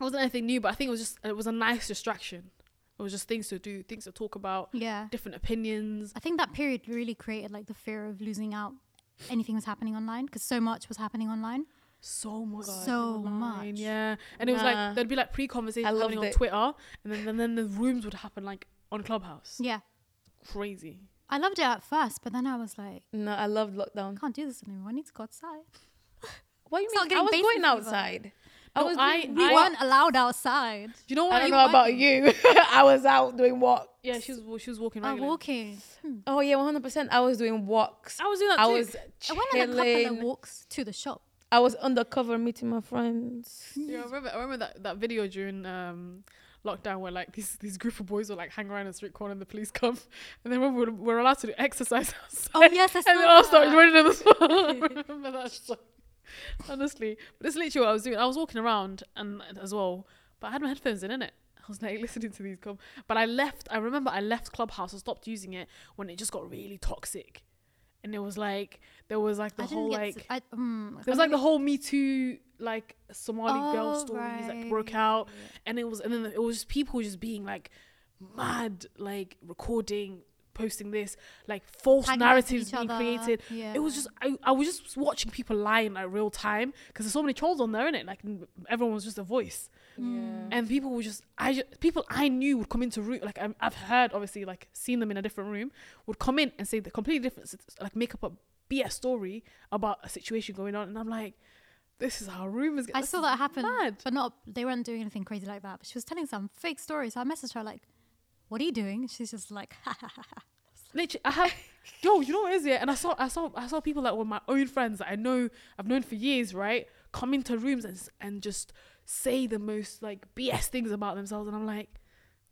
S2: it wasn't anything new. But I think it was just it was a nice distraction. It was just things to do, things to talk about,
S3: Yeah.
S2: different opinions.
S3: I think that period really created like the fear of losing out anything was happening online because so much was happening online.
S2: so oh much
S3: So
S2: online,
S3: much.
S2: yeah and it was
S1: Nah.
S2: like there'd be like pre-conversations
S1: I
S2: happening
S1: loved
S2: on
S1: it.
S2: twitter and then, and then the rooms would happen like on clubhouse
S3: Yeah.
S2: crazy
S3: I loved it at first, but then I was like,
S1: No, I loved
S3: I
S1: lockdown.
S3: can't do this anymore. I need to go outside.
S1: What do you
S3: It's not
S1: mean? I
S3: getting
S1: was
S3: basement
S1: going
S3: fever.
S1: outside. I
S2: No,
S1: was.
S2: I-
S1: doing
S2: We
S3: We
S1: work.
S3: weren't allowed outside.
S2: do you know what
S1: I don't
S2: you-
S1: know about you. I was out doing walk.
S2: yeah she was wa- she was walking
S3: Oh,
S2: regularly.
S3: walking. Hmm.
S1: Oh yeah, one hundred percent. I was doing walks.
S2: i was doing that
S1: I
S2: too.
S1: was
S3: I went on a couple of
S1: chilling.
S3: walks to the shop.
S1: I was undercover meeting my friends.
S2: yeah i remember i remember that that video during um lockdown where like these these group of boys would like hang around a street corner and the police come and then we we're, we're allowed to do exercise outside.
S3: Oh yes, I saw
S2: and then I'll start
S3: that.
S2: running in the spot. I remember that song. Honestly. But it's literally what I was doing. I was walking around and and as well, but I had my headphones in, innit? I was like listening to these com but I left I remember I left Clubhouse, I stopped using it when it just got really toxic. And it was like there was like the
S3: I
S2: whole
S3: didn't get.
S2: like
S3: to, I, um,
S2: there was like the whole Me Too like Somali girl
S3: Oh,
S2: stories that
S3: right.
S2: broke out, and it was and then it was just people just being like mad, like recording, posting this, like false
S3: Tagging
S2: narratives
S3: each
S2: being
S3: other.
S2: created. It was
S3: Yeah.
S2: just I, I was just watching people lying like real time because there's so many trolls on there, innit? Like n- everyone was just a voice,
S1: Yeah.
S2: and people were just I just, people I knew would come into room like I'm, I've heard obviously like seen them in a different room would come in and say the completely different sit- like make up a BS story about a situation going on, and I'm like, this is how rumors get.
S3: I
S2: this
S3: saw
S2: is
S3: that happen,
S2: Mad.
S3: but not. They weren't doing anything crazy like that. But she was telling some fake stories. So I messaged her like, "What are you doing?" She's just like, "Ha ha ha ha."
S2: Literally, I have. yo, you know what it is yeah? And I saw, I saw, I saw people that were my own friends that I know, I've known for years, right? Come into rooms and s- and just say the most like BS things about themselves, and I'm like,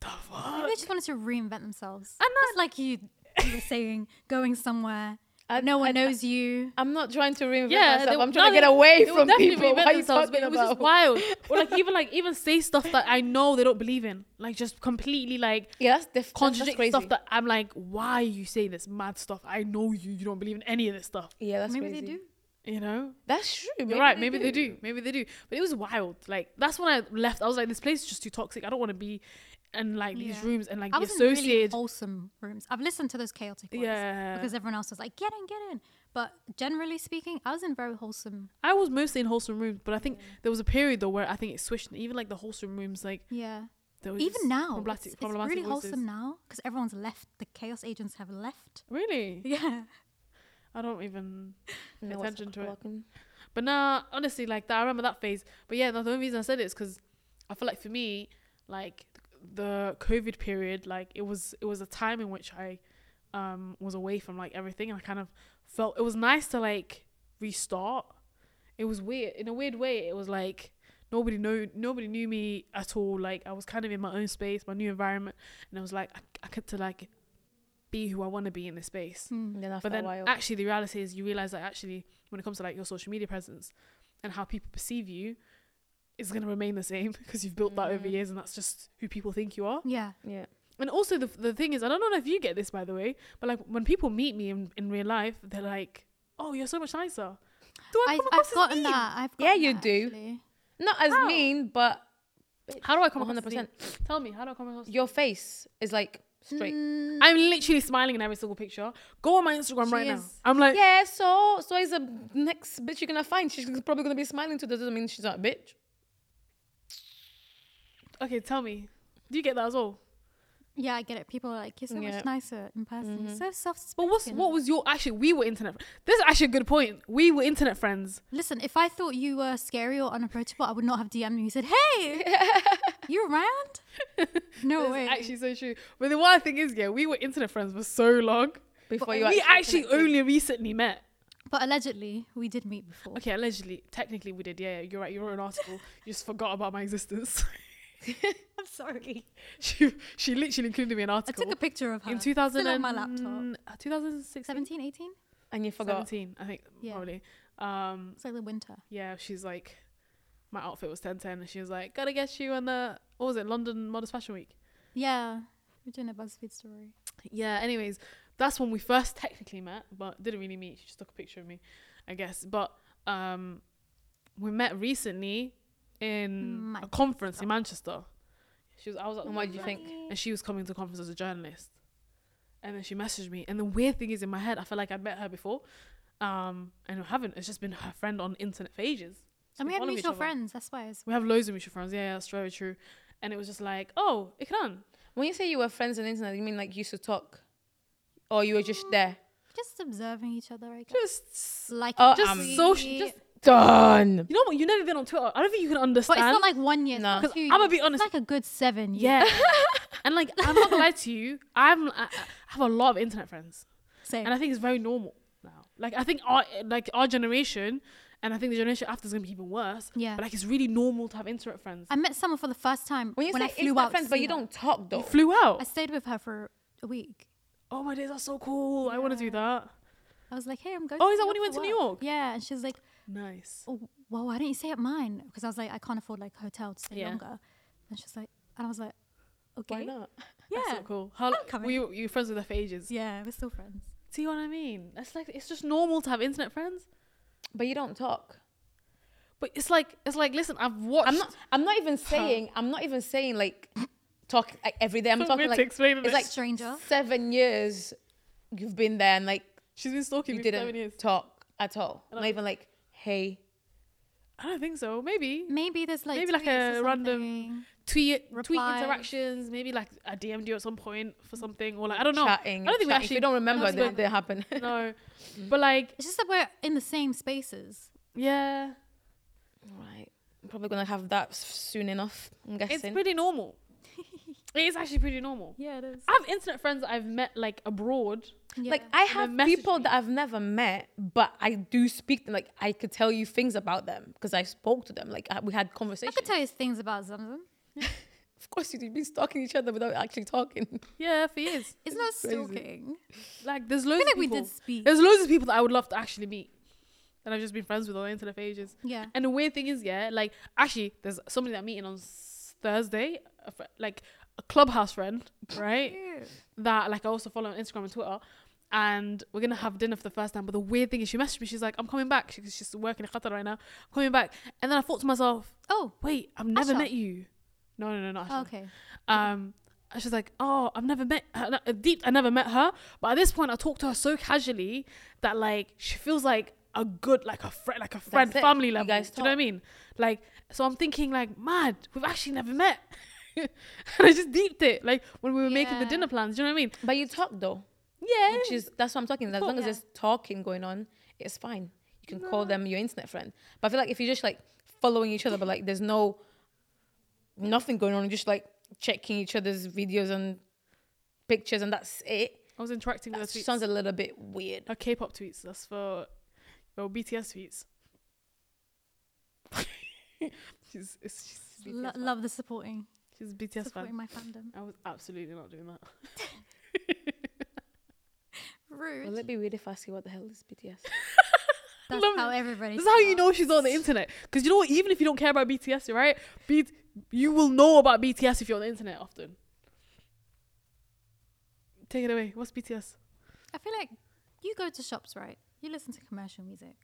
S2: the fuck.
S3: Maybe they just wanted to reinvent themselves.
S2: And
S3: Just like you, you were saying, going somewhere.
S1: I-
S3: no one
S1: I-
S3: knows you.
S1: I'm not trying to reinvent
S2: Yeah,
S1: myself.
S2: they-
S1: I'm trying
S2: no,
S1: to get
S2: they-
S1: away
S2: they would
S1: from
S2: definitely
S1: people.
S2: reinvent
S1: What are you
S2: themselves,
S1: talking
S2: but It was
S1: about?
S2: just wild. Or like even like even say stuff that I know they don't believe in, like just completely like
S1: Yeah, that's, def- that's, that's
S2: contradict
S1: crazy.
S2: stuff that I'm like, why are you saying this mad stuff? I know you, you don't believe in any of this stuff.
S1: yeah, that's
S3: Maybe
S1: crazy.
S3: they do.
S2: You know,
S1: That's true.
S2: You're right. Maybe they do. Maybe they do. But it was wild. Like that's when I left. I was like, this place is just too toxic. I don't want to be in like these
S3: Yeah.
S2: rooms and like
S3: I
S2: be
S3: was in really
S2: associated.
S3: wholesome rooms. I've listened to those chaotic ones
S2: yeah.
S3: because everyone else was like, "Get in, get in." But generally speaking, I was in very wholesome.
S2: I was mostly in wholesome rooms, but I think there was a period though where I think it switched. Even like the wholesome rooms, like
S3: Yeah.
S2: there was
S3: Even now, it's,
S2: problematic,
S3: it's
S2: problematic
S3: really
S2: voices.
S3: wholesome now because everyone's left. The chaos agents have left.
S2: Really,
S3: Yeah.
S2: I don't even pay attention to it.
S1: Walking.
S2: But nah, honestly, like that, I remember that phase. But yeah, no, the only reason I said it is because I feel like for me, like the COVID period, like it was it was a time in which I um was away from like everything, and I kind of felt it was nice to like restart. It was weird in a weird way. It was like nobody know nobody knew me at all. Like I was kind of in my own space, my new environment, and I was like I, I get to like be who I want to be in this space
S3: Hmm.
S1: And then after
S2: but then
S1: a while,
S2: actually the reality is you realize that actually when it comes to like your social media presence and how people perceive you is going to remain the same because you've built that over
S3: Mm.
S1: Mhm.
S2: years and that's just who people think you are
S3: Yeah.
S1: yeah,
S2: and also the, the thing is i don't know if you get this by the way but like when people meet me in, in real life they're like oh you're so much nicer do I
S3: I,
S2: come across
S3: I've
S2: as
S3: gotten
S2: mean?
S3: that. I've
S1: Yeah,
S3: gotten
S1: you
S3: that,
S1: do.
S3: actually.
S1: not as
S2: How?
S1: mean, but
S2: how do i come
S1: one hundred
S2: across as
S1: percent.
S2: mean? tell me how do i come across as-
S1: Your face is like straight.
S3: Mm,
S2: i'm literally smiling in every single picture go on my instagram
S3: She
S2: right now
S3: is.
S2: i'm like
S1: Yeah, so so is the next bitch you're gonna find. She's probably gonna be smiling too. That doesn't mean she's not a bitch.
S2: Okay, tell me. Do you get that as well?
S3: Yeah, I get it. People are like, you're so
S1: Yeah.
S3: much nicer in person.
S2: Mm-hmm.
S3: You're so soft.
S2: But what's what was your actually? We were internet. fr- This is actually a good point. We were internet friends.
S3: Listen, if I thought you were scary or unapproachable, I would not have DM'd you. You said, hey, you around? No
S2: That's
S3: way.
S2: actually so true. But the wild thing is, yeah, we were internet friends for so long.
S1: before you
S2: we actually
S1: connected.
S2: only recently met.
S3: but allegedly, we did meet before.
S2: Okay, allegedly, technically we did. Yeah, yeah, you're right. You wrote an article. you just forgot about my existence.
S3: I'm sorry.
S2: she she literally included me in an
S3: I
S2: article
S3: took a picture of her.
S2: in 2000
S3: Still on my laptop.
S2: 2016,
S3: 17, 18?
S1: and you forgot.
S2: 17, I think
S3: Yeah.
S2: probably. Um,
S3: It's like the winter.
S2: yeah, she's like, my outfit was 1010, and she was like, gotta get you on the what was it, London Modest Fashion Week.
S3: Yeah. We're doing a BuzzFeed story.
S2: yeah anyways that's when we first technically met but didn't really meet she just took a picture of me i guess but um we met recently in a
S3: Manchester.
S2: conference in manchester she was i was at the
S1: And what did you
S2: conference
S1: think?
S2: and she was coming to the conference as a journalist and then she messaged me and the weird thing is in my head i feel like i met her before um and i haven't it's just been her friend on the internet for ages
S3: And we
S2: we
S3: had
S2: follow each
S3: mutual
S2: other.
S3: friends. That's why it's
S2: we have loads of mutual friends yeah, yeah that's very true and it was just like oh ikran
S1: When you say you were friends on the internet, you mean like you used to talk, or you were just there?
S3: just observing each other, I guess.
S2: just
S3: Like,
S1: Oh,
S2: just
S1: um,
S2: social just
S1: Done.
S2: You know what? You've never been on Twitter. I don't think you can
S3: But
S2: understand.
S3: it's not like one year.
S1: No.
S3: No.
S2: Because I'ma be honest-
S3: It's like a good seven years.
S2: yeah. and like, I'm not gonna lie to you. I'm, I, I have a lot of internet friends,
S3: Same.
S2: and I think it's very normal now. Like, I think our like our generation, and I think the generation after is gonna be even worse.
S3: Yeah.
S2: But like, it's really normal to have internet friends.
S3: I met someone for the first time
S1: When you
S3: when
S1: say
S3: I flew
S1: internet
S3: out. to
S1: friends, but
S3: see
S1: you
S3: her.
S1: don't talk
S2: You
S1: though.
S2: flew out.
S3: I stayed with her for a week.
S2: oh my days, that's so cool. I want to do that.
S3: I was like, hey, I'm going.
S2: Oh,
S3: to
S2: is that
S3: New
S2: when you
S3: York
S2: went to
S3: for
S2: New
S3: work."
S2: York?
S3: Yeah, and she was like,
S2: Nice.
S3: oh, well, why didn't you stay at mine? Because I was like, I can't afford like a hotel to stay
S2: Yeah.
S3: longer. And she's like, and I was like, okay,
S1: Why not?
S2: That's
S3: yeah,
S2: so cool. How
S3: I'm coming.
S2: were you, you were friends with her for ages?
S3: yeah, we're still friends.
S2: See what I mean? That's like it's just normal to have internet friends.
S1: But you don't talk.
S2: But it's like it's like listen, I've watched.
S1: I'm not. I'm not even saying. I'm not even saying like talk like every day. I'm
S2: So
S1: talking
S2: weird to
S1: like
S2: explain
S1: it's
S2: this.
S1: like
S3: Stranger.
S1: Seven years, you've been there, and like
S2: She's been stalking
S1: you
S2: me for seven years.
S1: didn't talk at all.
S2: And
S1: Not
S2: I-
S1: even like hey.
S2: I don't think so. Maybe
S3: Maybe there's like
S2: Maybe like
S3: tweets or
S2: a random
S3: something.
S2: tweet tweet
S3: Replies.
S2: interactions. Maybe like I DM'd you at some point for something, or like I don't know.
S1: Chatting.
S2: I don't think we
S1: chatting. If
S2: actually
S1: you don't remember,
S2: don't
S1: then
S2: think
S1: it didn't happen.
S2: no, but like
S3: It's just that we're in the same spaces.
S2: yeah,
S1: right. I'm probably gonna have that s- soon enough. I'm
S2: it's
S1: guessing.
S2: pretty normal. it is actually pretty normal.
S3: Yeah, it is.
S2: I have internet friends that I've met like abroad.
S1: Like I have
S2: message
S1: people
S2: me.
S1: that I've never met, but I do speak them. Like I could tell you things about them because I spoke to them. Like I, we had
S3: I
S1: conversations.
S3: could tell you things about Zamzam.
S1: Of course, you've been stalking each other without actually talking.
S2: Yeah, for years.
S3: It's not
S1: crazy.
S3: stalking.
S2: Like there's
S3: I
S2: loads.
S3: feel like
S2: of
S3: we
S2: people.
S3: did speak.
S2: There's loads of people that I would love to actually meet, that I've just been friends with on the internet for ages.
S3: Yeah.
S2: And the weird thing is, yeah, like actually, there's somebody that I'm meeting on s- Thursday, a fr- like a clubhouse friend, right? that like I also follow on Instagram and Twitter. And we're gonna have dinner for the first time. But the weird thing is, she messaged me. She's like, "I'm coming back." She's she's working in Qatar right now. I'm coming back. And then I thought to myself,
S3: Oh,
S2: "Wait, I've never
S3: Asha.
S2: met you." No, no, no, not
S1: Oh,
S2: Asha.
S3: okay.
S2: Um, I was just like, "Oh, I've never met her. no, Deep, I never met her." But at this point, I talked to her so casually that like she feels like a good, like a friend, like a friend,
S1: That's it.
S2: family
S1: You
S2: level.
S1: guys
S2: do you know what I
S1: talk.
S2: mean? Like, so I'm thinking like, mad. We've actually never met. and I just deeped it, like when we were making the
S3: Yeah.
S2: dinner plans. Do you know what I mean?
S1: But you talk though,
S2: Yeah.
S1: which is that's what I'm talking. As long as
S3: Yeah.
S1: there's talking going on, it's fine. You can call them your internet friend. But I feel like if you're just like following each other, but like there's no nothing going on, just like checking each other's videos and pictures, and that's it.
S2: I was interacting
S1: That
S2: with her tweets.
S1: sounds a little bit weird.
S2: her K-pop tweets. That's for your BTS tweets. she's, it's- she's, BTS
S3: Lo-
S2: fan.
S3: love the supporting,
S2: she's a BTS
S3: supporting
S2: fan.
S3: my fandom.
S2: I was absolutely not doing that.
S1: Will
S3: Rude.
S1: it be weird if I see what the hell is BTS?
S3: That's
S2: love
S3: how
S2: it.
S3: everybody.
S2: This is how you
S3: starts.
S2: know she's on the internet. Because you know what? Even if you don't care about BTS, right? B- you will know about BTS if you're on the internet often. Take it away. What's BTS?
S3: I feel like you go to shops, right? You listen to commercial music.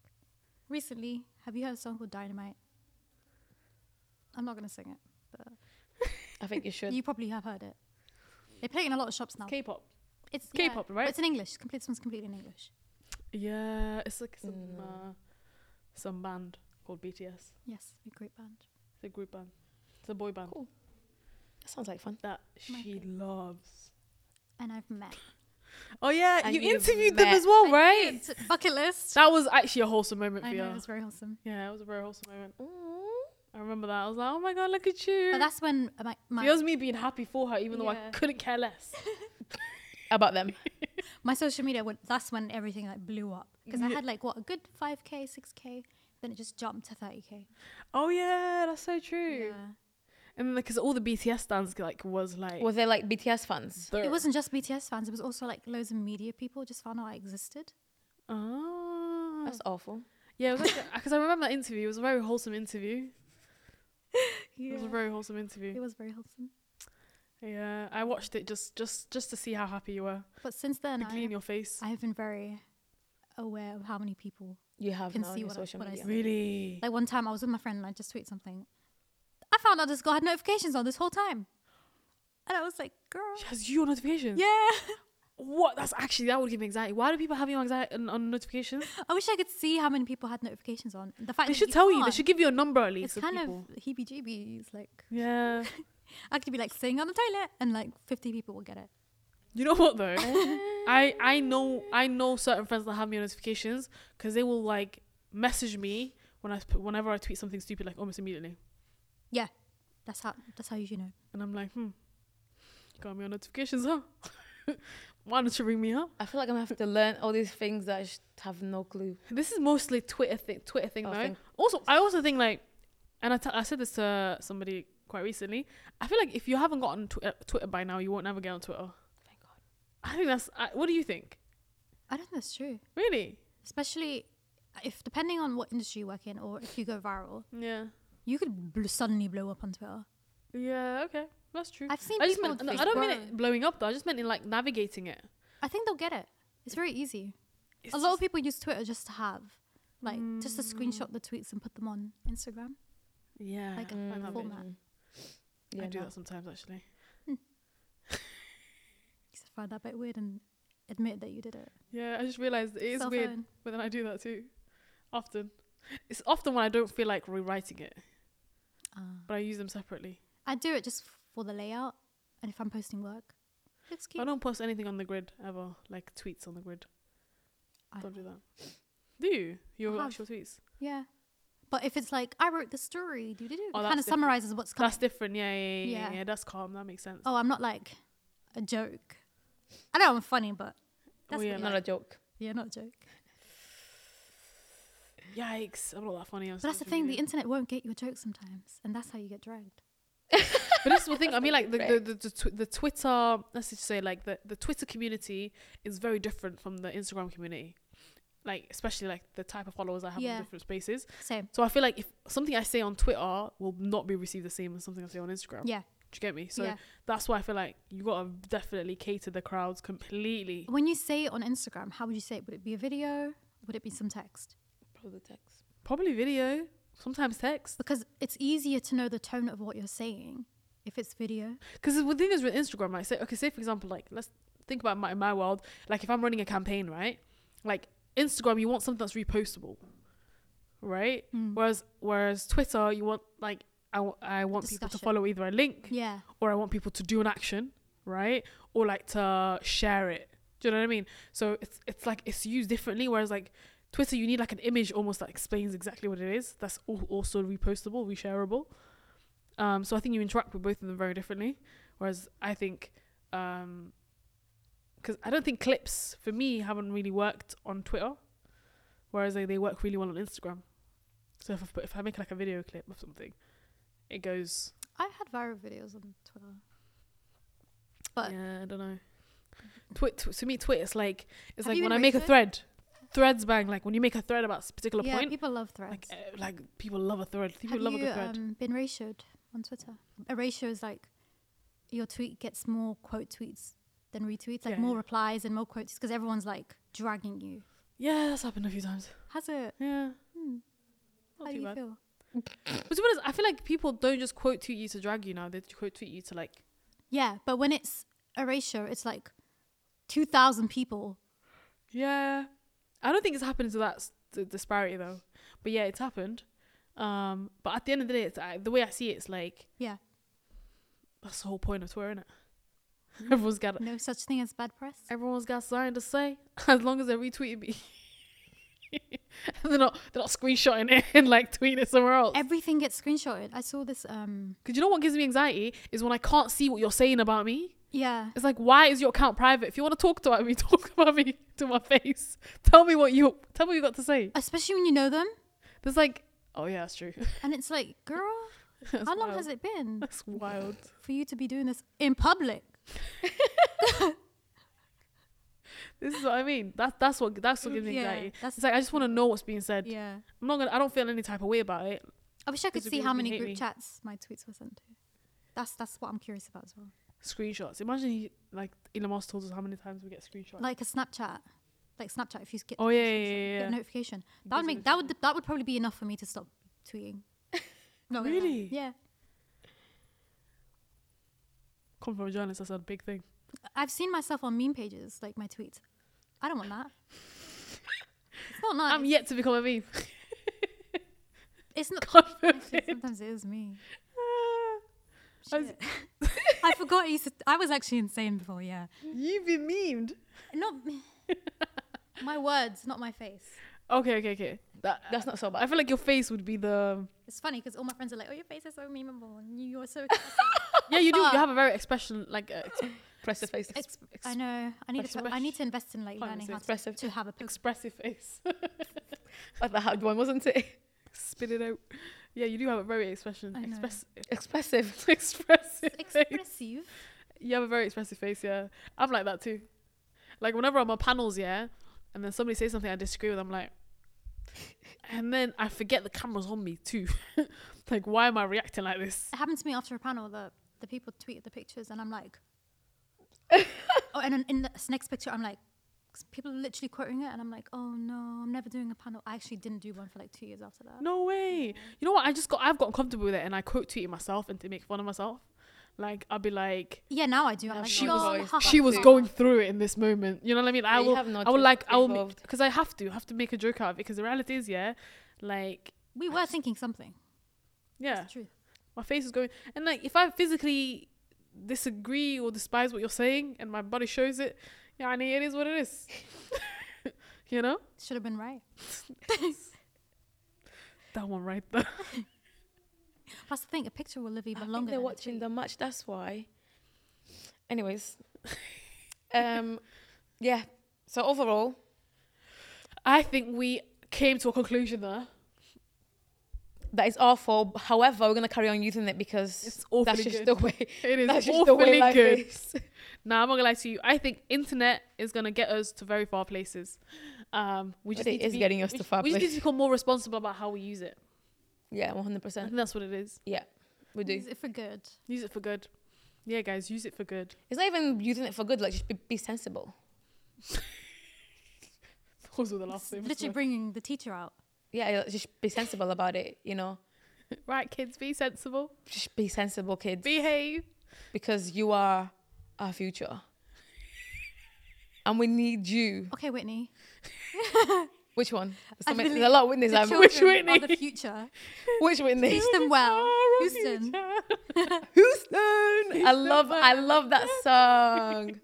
S3: Recently, have you heard a song called Dynamite? I'm not gonna sing it,
S1: I think you
S3: but
S1: should.
S3: you probably have heard it. They play it in a lot of
S1: Oh.
S3: shops now.
S2: K-pop.
S3: It's
S2: K-
S3: yeah,
S2: K-pop,
S3: but
S2: right?
S3: It's in English. Complete. This one's completely in English.
S2: Yeah, it's like some
S1: Mm.
S2: uh, some band called BTS.
S3: Yes, a great band.
S2: It's a group band. It's a boy band.
S1: Cool. That sounds like fun.
S2: that
S3: Oh My
S2: she loves.
S3: and I've met.
S2: Oh yeah,
S1: And
S2: you
S1: you've
S2: interviewed them
S1: met-
S2: as well,
S3: I
S2: Oh, right?
S3: did. Bucket list.
S2: That was actually a wholesome moment for
S3: I
S2: you.
S3: know, it was very wholesome.
S2: Yeah, it was a very wholesome moment.
S1: Mm.
S2: I remember that. I was like, oh my god, look at you.
S3: But that's when uh, my my,
S2: Feels me being happy for her, even though I
S3: Yeah.
S2: couldn't care less.
S1: About them.
S3: my social media went. That's when everything like blew up because I had like what a good five k, six k, then it just jumped to thirty k.
S2: Oh yeah, that's so true.
S3: Yeah.
S2: And because all the BTS stands like was like
S1: Were they like BTS fans?
S2: there.
S3: It wasn't just BTS fans. It was also like loads of media people just found out I existed.
S2: Oh.
S1: That's awful.
S2: yeah, because I remember that interview. It was a very wholesome interview. It was a very wholesome
S3: It
S2: interview.
S3: was very wholesome.
S2: Yeah, I watched it just just just to see how happy you were.
S3: But since then,
S2: The
S3: I,
S2: glee in your face.
S3: I have been very aware of how many people.
S1: You have
S3: Can
S1: now on
S3: see
S1: your
S3: what I-
S1: social
S3: what I
S1: media.
S3: see.
S2: really?
S3: Like one time, I was with my friend and I just tweeted something. I found out this girl had notifications on this whole time, and I was like, "Girl,
S2: She has you on notifications.
S3: yeah."
S2: What? That's actually that would give me anxiety. Why do people have you on anxiety on, on notifications?
S3: I wish I could see how many people had notifications on. The fact
S2: They
S3: that
S2: should tell you. They
S3: can't,
S2: should give you a number at least.
S3: It's
S2: of
S3: kind
S2: people.
S3: of heebie-jeebies. Like
S2: Yeah.
S3: I could be like sitting on the toilet, and like fifty people will get it.
S2: You know what though? I I know I know certain friends that have me on notifications because they will like message me when I sp- whenever I tweet something stupid like almost immediately,
S3: That's how. That's how you should know.
S2: and I'm like, hmm, got me on notifications, huh? Why not you ring me up?
S1: I feel like I'm gonna have to learn all these things that I just have no clue.
S2: This is mostly Twitter thing. Twitter thing
S1: Oh,
S2: though.
S1: thing.
S2: Also, I also think like, and I, t- I said this to somebody quite recently. I feel like if you haven't gotten Twitter, Twitter by now, you won't ever get on Twitter.
S1: Thank God.
S2: I think that's. I, what do you think?
S3: I don't think that's true,
S2: Really?
S3: especially if depending on what industry you work in, or if you go viral,
S2: Yeah.
S3: you could bl- suddenly blow up on Twitter.
S2: Yeah. Okay. That's true.
S3: I've seen
S2: I just
S3: people.
S2: meant,
S3: on
S2: no, I don't mean
S3: Facebook-
S2: it blowing up though. I just meant in like navigating it.
S3: I think they'll get it. It's very easy.
S2: It's
S3: a lot of
S2: just-
S3: people use Twitter just to have, like, just to screenshot the tweets and put them on Instagram.
S2: yeah,
S3: like,
S2: I find that a bit-
S3: format.
S1: Mm.
S2: I
S1: Yeah,
S2: do
S1: no.
S2: that sometimes actually.
S3: You should find that bit weird and admit that you did it.
S2: Yeah, I just realized it is
S3: Cell
S2: weird,
S3: phone.
S2: but then I do that too, often. It's often when I don't feel like rewriting it,
S3: Ah.
S2: but I use them separately.
S3: I do it just for the layout and if I'm posting work. Looks
S2: I
S3: cute.
S2: don't post anything on the grid ever, like tweets on the grid.
S3: I
S2: don't do that. Do you? Your
S3: have.
S2: actual tweets?
S3: Yeah. But if it's like, I wrote the story, do do do, it
S2: Oh, that's
S3: kind of
S2: different.
S3: summarizes what's coming.
S2: That's different. Yeah, yeah, yeah, yeah,
S3: Yeah.
S2: yeah. That's calm. That makes sense.
S3: Oh, I'm not like a joke. I know I'm funny, but that's
S2: Oh,
S3: what
S2: yeah,
S3: you
S1: Not
S3: like.
S1: a joke.
S3: yeah, not a joke.
S2: Yikes! I'm not that funny.
S3: But that's the thing, the internet won't get your joke sometimes, and that's how you get dragged.
S2: but this is the thing. I mean, like the the
S1: Right.
S2: the, the, tw- the Twitter. Let's just say, like the the Twitter community is very different from the Instagram community. Like especially like the type of followers I have
S3: Yeah.
S2: on different spaces.
S3: Same.
S2: So I feel like if something I say on Twitter will not be received the same as something I say on Instagram.
S3: Yeah.
S2: Do you get me? So
S3: yeah.
S2: that's why I feel like you gotta definitely cater the crowds completely.
S3: When you say it on Instagram, how would you say it? Would it be a video? Would it be some text?
S1: Probably text.
S2: Probably video, sometimes text.
S3: Because it's easier to know the tone of what you're saying if it's video.
S2: Because the thing is with Instagram, like say okay, say for example, like let's think about my my world. Like if I'm running a campaign, right? Like Instagram, you want something that's repostable, right?
S3: Hmm.
S2: Whereas whereas Twitter, you want like I wa- I want people to
S3: discussion.
S2: follow either a link
S3: Yeah.
S2: or I want people to do an action, right? Or like to share it. Do you know what I mean? So it's it's like it's used differently. Whereas like Twitter, you need like an image almost that explains exactly what it is. That's al- also repostable, reshareable. Um, so I think you interact with both of them very differently. Whereas I think, because I don't think clips for me haven't really worked on Twitter, whereas they, they work really well on Instagram. So if I, put- if I make like a video clip of something, it goes
S3: I've had viral videos on Twitter. But
S2: yeah, I don't know. Twit tw- to me, Twitter it's like it's
S3: Have
S2: like
S3: you
S2: when I
S3: been
S2: make a
S3: rated?
S2: thread, threads bang. Like when you make a thread about a particular
S3: yeah,
S2: point,
S3: people love threads.
S2: like uh, like people love a thread. People
S3: Have
S2: love a
S3: you
S2: good thread.
S3: um, been ratioed on Twitter? A ratio is like your tweet gets more quote tweets than retweets, like
S2: Yeah,
S3: more
S2: yeah.
S3: replies and more quotes because everyone's like dragging you.
S2: yeah, that's happened a few times.
S3: Has it?
S2: Yeah,
S3: Hmm. How
S2: not
S3: do
S2: too
S3: you
S2: bad.
S3: feel?
S2: But to be honest, I feel like people don't just quote tweet you to drag you now. They quote tweet you to like.
S3: Yeah, but when it's a ratio, it's like two thousand people.
S2: Yeah, I don't think it's happened to that s- d- disparity though. But yeah, it's happened. Um, but at the end of the day, it's, I, the way I see it, it's like
S3: Yeah.
S2: That's the whole point of Twitter, innit? Everyone's got
S3: No such thing as bad press.
S2: everyone's got something to say as long as they retweet me. they're not they're not screenshotting it and like tweeting it somewhere else.
S3: Everything gets screenshotted. I saw this. Um,
S2: Because you know what gives me anxiety is when I can't see what you're saying about me.
S3: yeah,
S2: It's like, why is your account private? If you want to talk about me, talk about me to my face. Tell me what you tell me what you got to say.
S3: especially when you know them,
S2: There's like, oh yeah, that's true.
S3: and it's like, girl,
S2: That's
S3: how long
S2: wild.
S3: has it been
S2: That's wild.
S3: for you to be doing this in public?
S2: This is what I mean. That that's what that's what gives me
S3: Yeah,
S2: anxiety.
S3: that's-
S2: It's like I just want to know what's being said.
S3: Yeah,
S2: I'm not gonna. I don't feel any type of way about it.
S3: I wish I could
S2: Because if
S3: see
S2: you
S3: how
S2: can
S3: many
S2: hate
S3: group
S2: me.
S3: chats my tweets were sent to. That's that's what I'm curious about as well.
S2: Screenshots. Imagine he, like Elon Musk told us how many times we get screenshots.
S3: Like a Snapchat, like Snapchat. If you get
S2: oh yeah,
S3: notifications, get
S2: yeah, yeah. yeah.
S3: a notification, that would make that would that would probably be enough for me to stop tweeting. No, no, no.
S2: Really?
S3: Yeah,
S2: Come from a journalist. That's a big thing.
S3: I've seen myself on meme pages, like my tweets. I don't want that. it's not nice.
S2: I'm yet to become a meme.
S3: it's not. Actually,
S2: Confirmed.
S3: sometimes it is me.
S2: I was-
S3: Shit. I forgot. I, used to, I was actually insane before. Yeah,
S2: You've been memed.
S3: not my words, not my face.
S2: Okay, okay, okay. That,
S1: That's not so bad.
S2: I feel like your face would be the.
S3: It's funny because all my friends are like, "Oh, your face is so memeable. and you- You're so."
S2: Yeah, you do. You
S3: Fuck.
S2: have a very expression like. Uh, ex-
S1: Press the face.
S3: Ex- I know. I need. To,
S2: Expression.
S3: I need to invest in like
S2: Can't
S3: learning
S2: say
S3: how to,
S1: expressive.
S3: to have a poke.
S2: expressive face.
S1: That's the hard one, wasn't it?
S2: Spit it out. Yeah, you do have a very expression.
S3: I know.
S2: Express,
S1: Expressive.
S2: expressive. face.
S3: Expressive.
S2: You have a very expressive face. Yeah, I'm like that too. Like whenever I'm on panels, yeah, and then somebody says something I disagree with, I'm like, and then I forget the camera's on me too. like, why am I reacting like this?
S3: It happened to me after a panel. The the people tweeted the pictures, and I'm like, oh, and then in the next picture, I'm like, 'cause people are literally quoting it, and I'm like, oh no, I'm never doing a panel. I actually didn't do one for like two years after that.
S2: No way. You know what? I just got. I've gotten comfortable with it, and I quote tweet it myself and to make fun of myself. Like I'll be like,
S3: Yeah, now I do. I'm
S1: Yeah,
S3: like,
S2: she
S3: "Lol,
S1: was-
S3: ha, ha,
S2: she was
S3: ha."
S2: going through it in this moment. You know what I mean? I
S1: Yeah, you
S2: will.
S1: have no
S2: I will
S1: choice
S2: like.
S1: but to
S2: I
S1: be
S2: will
S1: involved.
S2: because I have to. I have to make a joke out of it because the reality is, yeah, like
S3: We were thinking something.
S2: yeah,
S3: It's true.
S2: my face is going and like if I physically disagree or despise what you're saying and my body shows it, yeah, I mean it is what it is. you know
S3: Should have been right.
S2: that one right there.
S3: That's the thing. A picture will live even
S1: I think
S3: longer.
S1: they're
S3: than a
S1: watching
S3: tweet.
S1: the match. That's why. Anyways, um, yeah. So overall,
S2: I think we came to a conclusion there.
S1: that is awful. However, we're gonna carry on using it because
S2: It's awfully
S1: that's just
S2: good.
S1: the way.
S2: It is
S1: That's just the way
S2: awfully
S1: life
S2: good.
S1: is.
S2: Nah, I'm not gonna lie to you. I think internet is gonna get us to very far places. Um, we just
S1: It
S2: need to
S1: is
S2: be-
S1: getting us
S2: we
S1: to
S2: ju-
S1: far
S2: We just need to become more responsible about how we use it.
S1: Yeah, one hundred
S2: I
S1: percent.
S2: think that's what it is.
S1: We do.
S3: Is it for good?
S2: Use it for good. Yeah, guys, use it for good.
S1: It's not even using it for good. Like just be, be sensible.
S2: Those were the last
S3: It's
S2: thing.
S3: literally bringing the teacher out.
S1: Yeah, like, just be sensible about it. You know,
S2: right, kids, be sensible,
S1: just be sensible, kids,
S2: behave.
S1: because you are our future, and we need you.
S3: Okay, Whitney.
S1: Which one? There's, so
S3: I
S1: many,
S3: really-
S1: there's a lot of Whitneys.
S3: The
S1: I'm-
S3: children
S1: Which
S3: are
S2: Whitney?
S3: the future.
S1: which Whitney?
S3: Teach them well.
S2: Our
S3: Houston.
S2: future.
S1: Houston. I love. I love that song.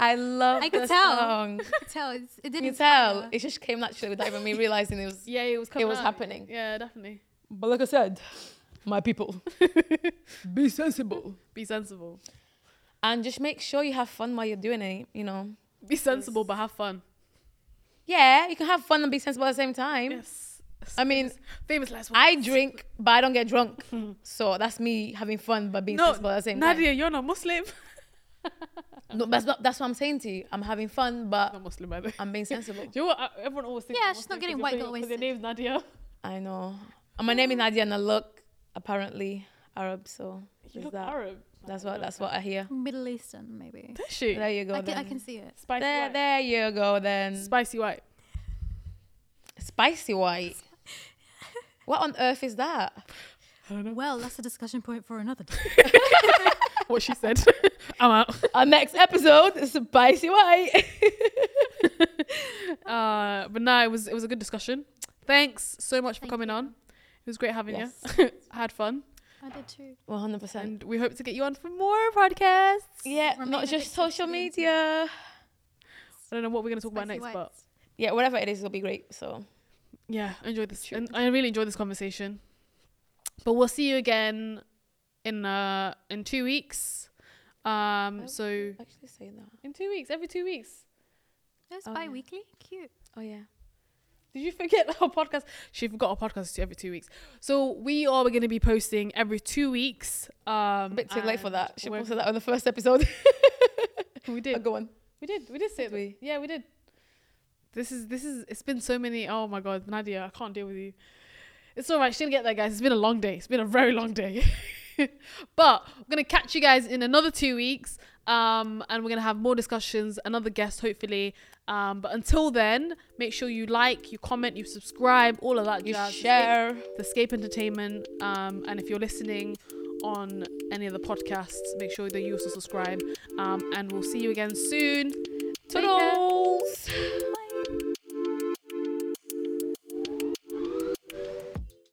S1: I love.
S3: I could
S1: the
S3: tell.
S1: Song.
S3: You could tell. It's, it
S1: You
S3: didn't
S1: can tell.
S3: inspire.
S1: It just came naturally without even me realizing it was.
S2: Yeah, it was coming.
S1: was
S2: out.
S1: happening.
S2: Yeah, definitely.
S1: But like I said, my people, be sensible
S2: Be sensible.
S1: and just make sure you have fun while you're doing it. You know.
S2: Be sensible, but have fun.
S1: Yeah, you can have fun and be sensible at the same time.
S2: Yes.
S1: I mean,
S2: Famous last one.
S1: I drink, but I don't get drunk. so that's me having fun but being sensible at the same
S2: Nadia, you're Mm-hmm. not Muslim.
S1: time. No, that's not. That's what I'm saying to you. I'm having fun, but
S2: not Muslim, by the way.
S1: I'm being sensible.
S2: Do you know what? I- Everyone always thinks.
S3: Yeah,
S2: I'm
S3: she's not
S2: Muslim
S3: getting
S2: 'cause
S3: white
S2: they-
S3: girl
S2: 'cause
S3: wasted.
S2: Their name's Nadia.
S1: I know. And my name is Nadia, and I look apparently Arab, so
S2: You
S1: there's
S2: look
S1: that.
S2: Arab.
S1: That's what that's what I hear.
S3: Middle Eastern, maybe.
S2: Does she?
S1: There you go.
S3: I can,
S1: then.
S3: I can see it.
S2: Spicy
S1: there,
S2: white.
S1: there you go then.
S2: Spicy white.
S1: Spicy white. What on earth is that?
S2: I don't know
S3: Well, that's a discussion point for another day.
S2: what she said. I'm out.
S1: Our next episode is spicy white.
S2: Uh, but no, it was it was a good discussion. Thanks so much for
S3: Thank
S2: coming
S3: you.
S2: on. It was great having
S1: Yes.
S2: you. I had fun.
S3: I did too.
S1: One hundred percent.
S2: And we hope to get you on for more podcasts.
S1: Yeah,
S3: Remain
S1: not
S3: a
S1: just
S3: good
S1: social
S3: Christian.
S1: media.
S2: I don't know what we're gonna talk about
S3: Spicy
S2: next, but
S3: words.
S1: Yeah, whatever it is, it'll be great. So
S2: yeah, I enjoyed this.
S1: True.
S2: And I really enjoyed this conversation. But we'll see you again in uh in two weeks. Um,
S1: Oh.
S2: so
S1: actually say that.
S2: in two weeks, every two weeks.
S3: That's
S1: Oh, yeah.
S3: bi-weekly. Cute.
S1: Oh yeah.
S2: Did you forget our podcast? She forgot our podcast is every two weeks. So we are going to be posting every two weeks. Um,
S1: A bit too late for
S2: and
S1: that. Should
S2: we're-
S1: have said that on the first episode.
S2: We
S1: Oh,
S2: did.
S1: Go on.
S2: We did. We did say
S1: Did
S2: that.
S1: we?
S2: Yeah, we did. This is this is. It's been so many. Oh my god, Nadia, I can't deal with you. It's all right. She'll get there, guys. It's been a long day. It's been a very long day. but we're gonna catch you guys in another two weeks. Um, and we're gonna have more discussions, another guest hopefully. Um, but until then, make sure you like, you comment, you subscribe, all of that
S1: You
S2: jazz.
S1: share.
S2: The Scape Entertainment. Um, and if you're listening on any of the podcasts, make sure that you also subscribe. Um, and we'll see you again soon. Take care.
S1: Toodles.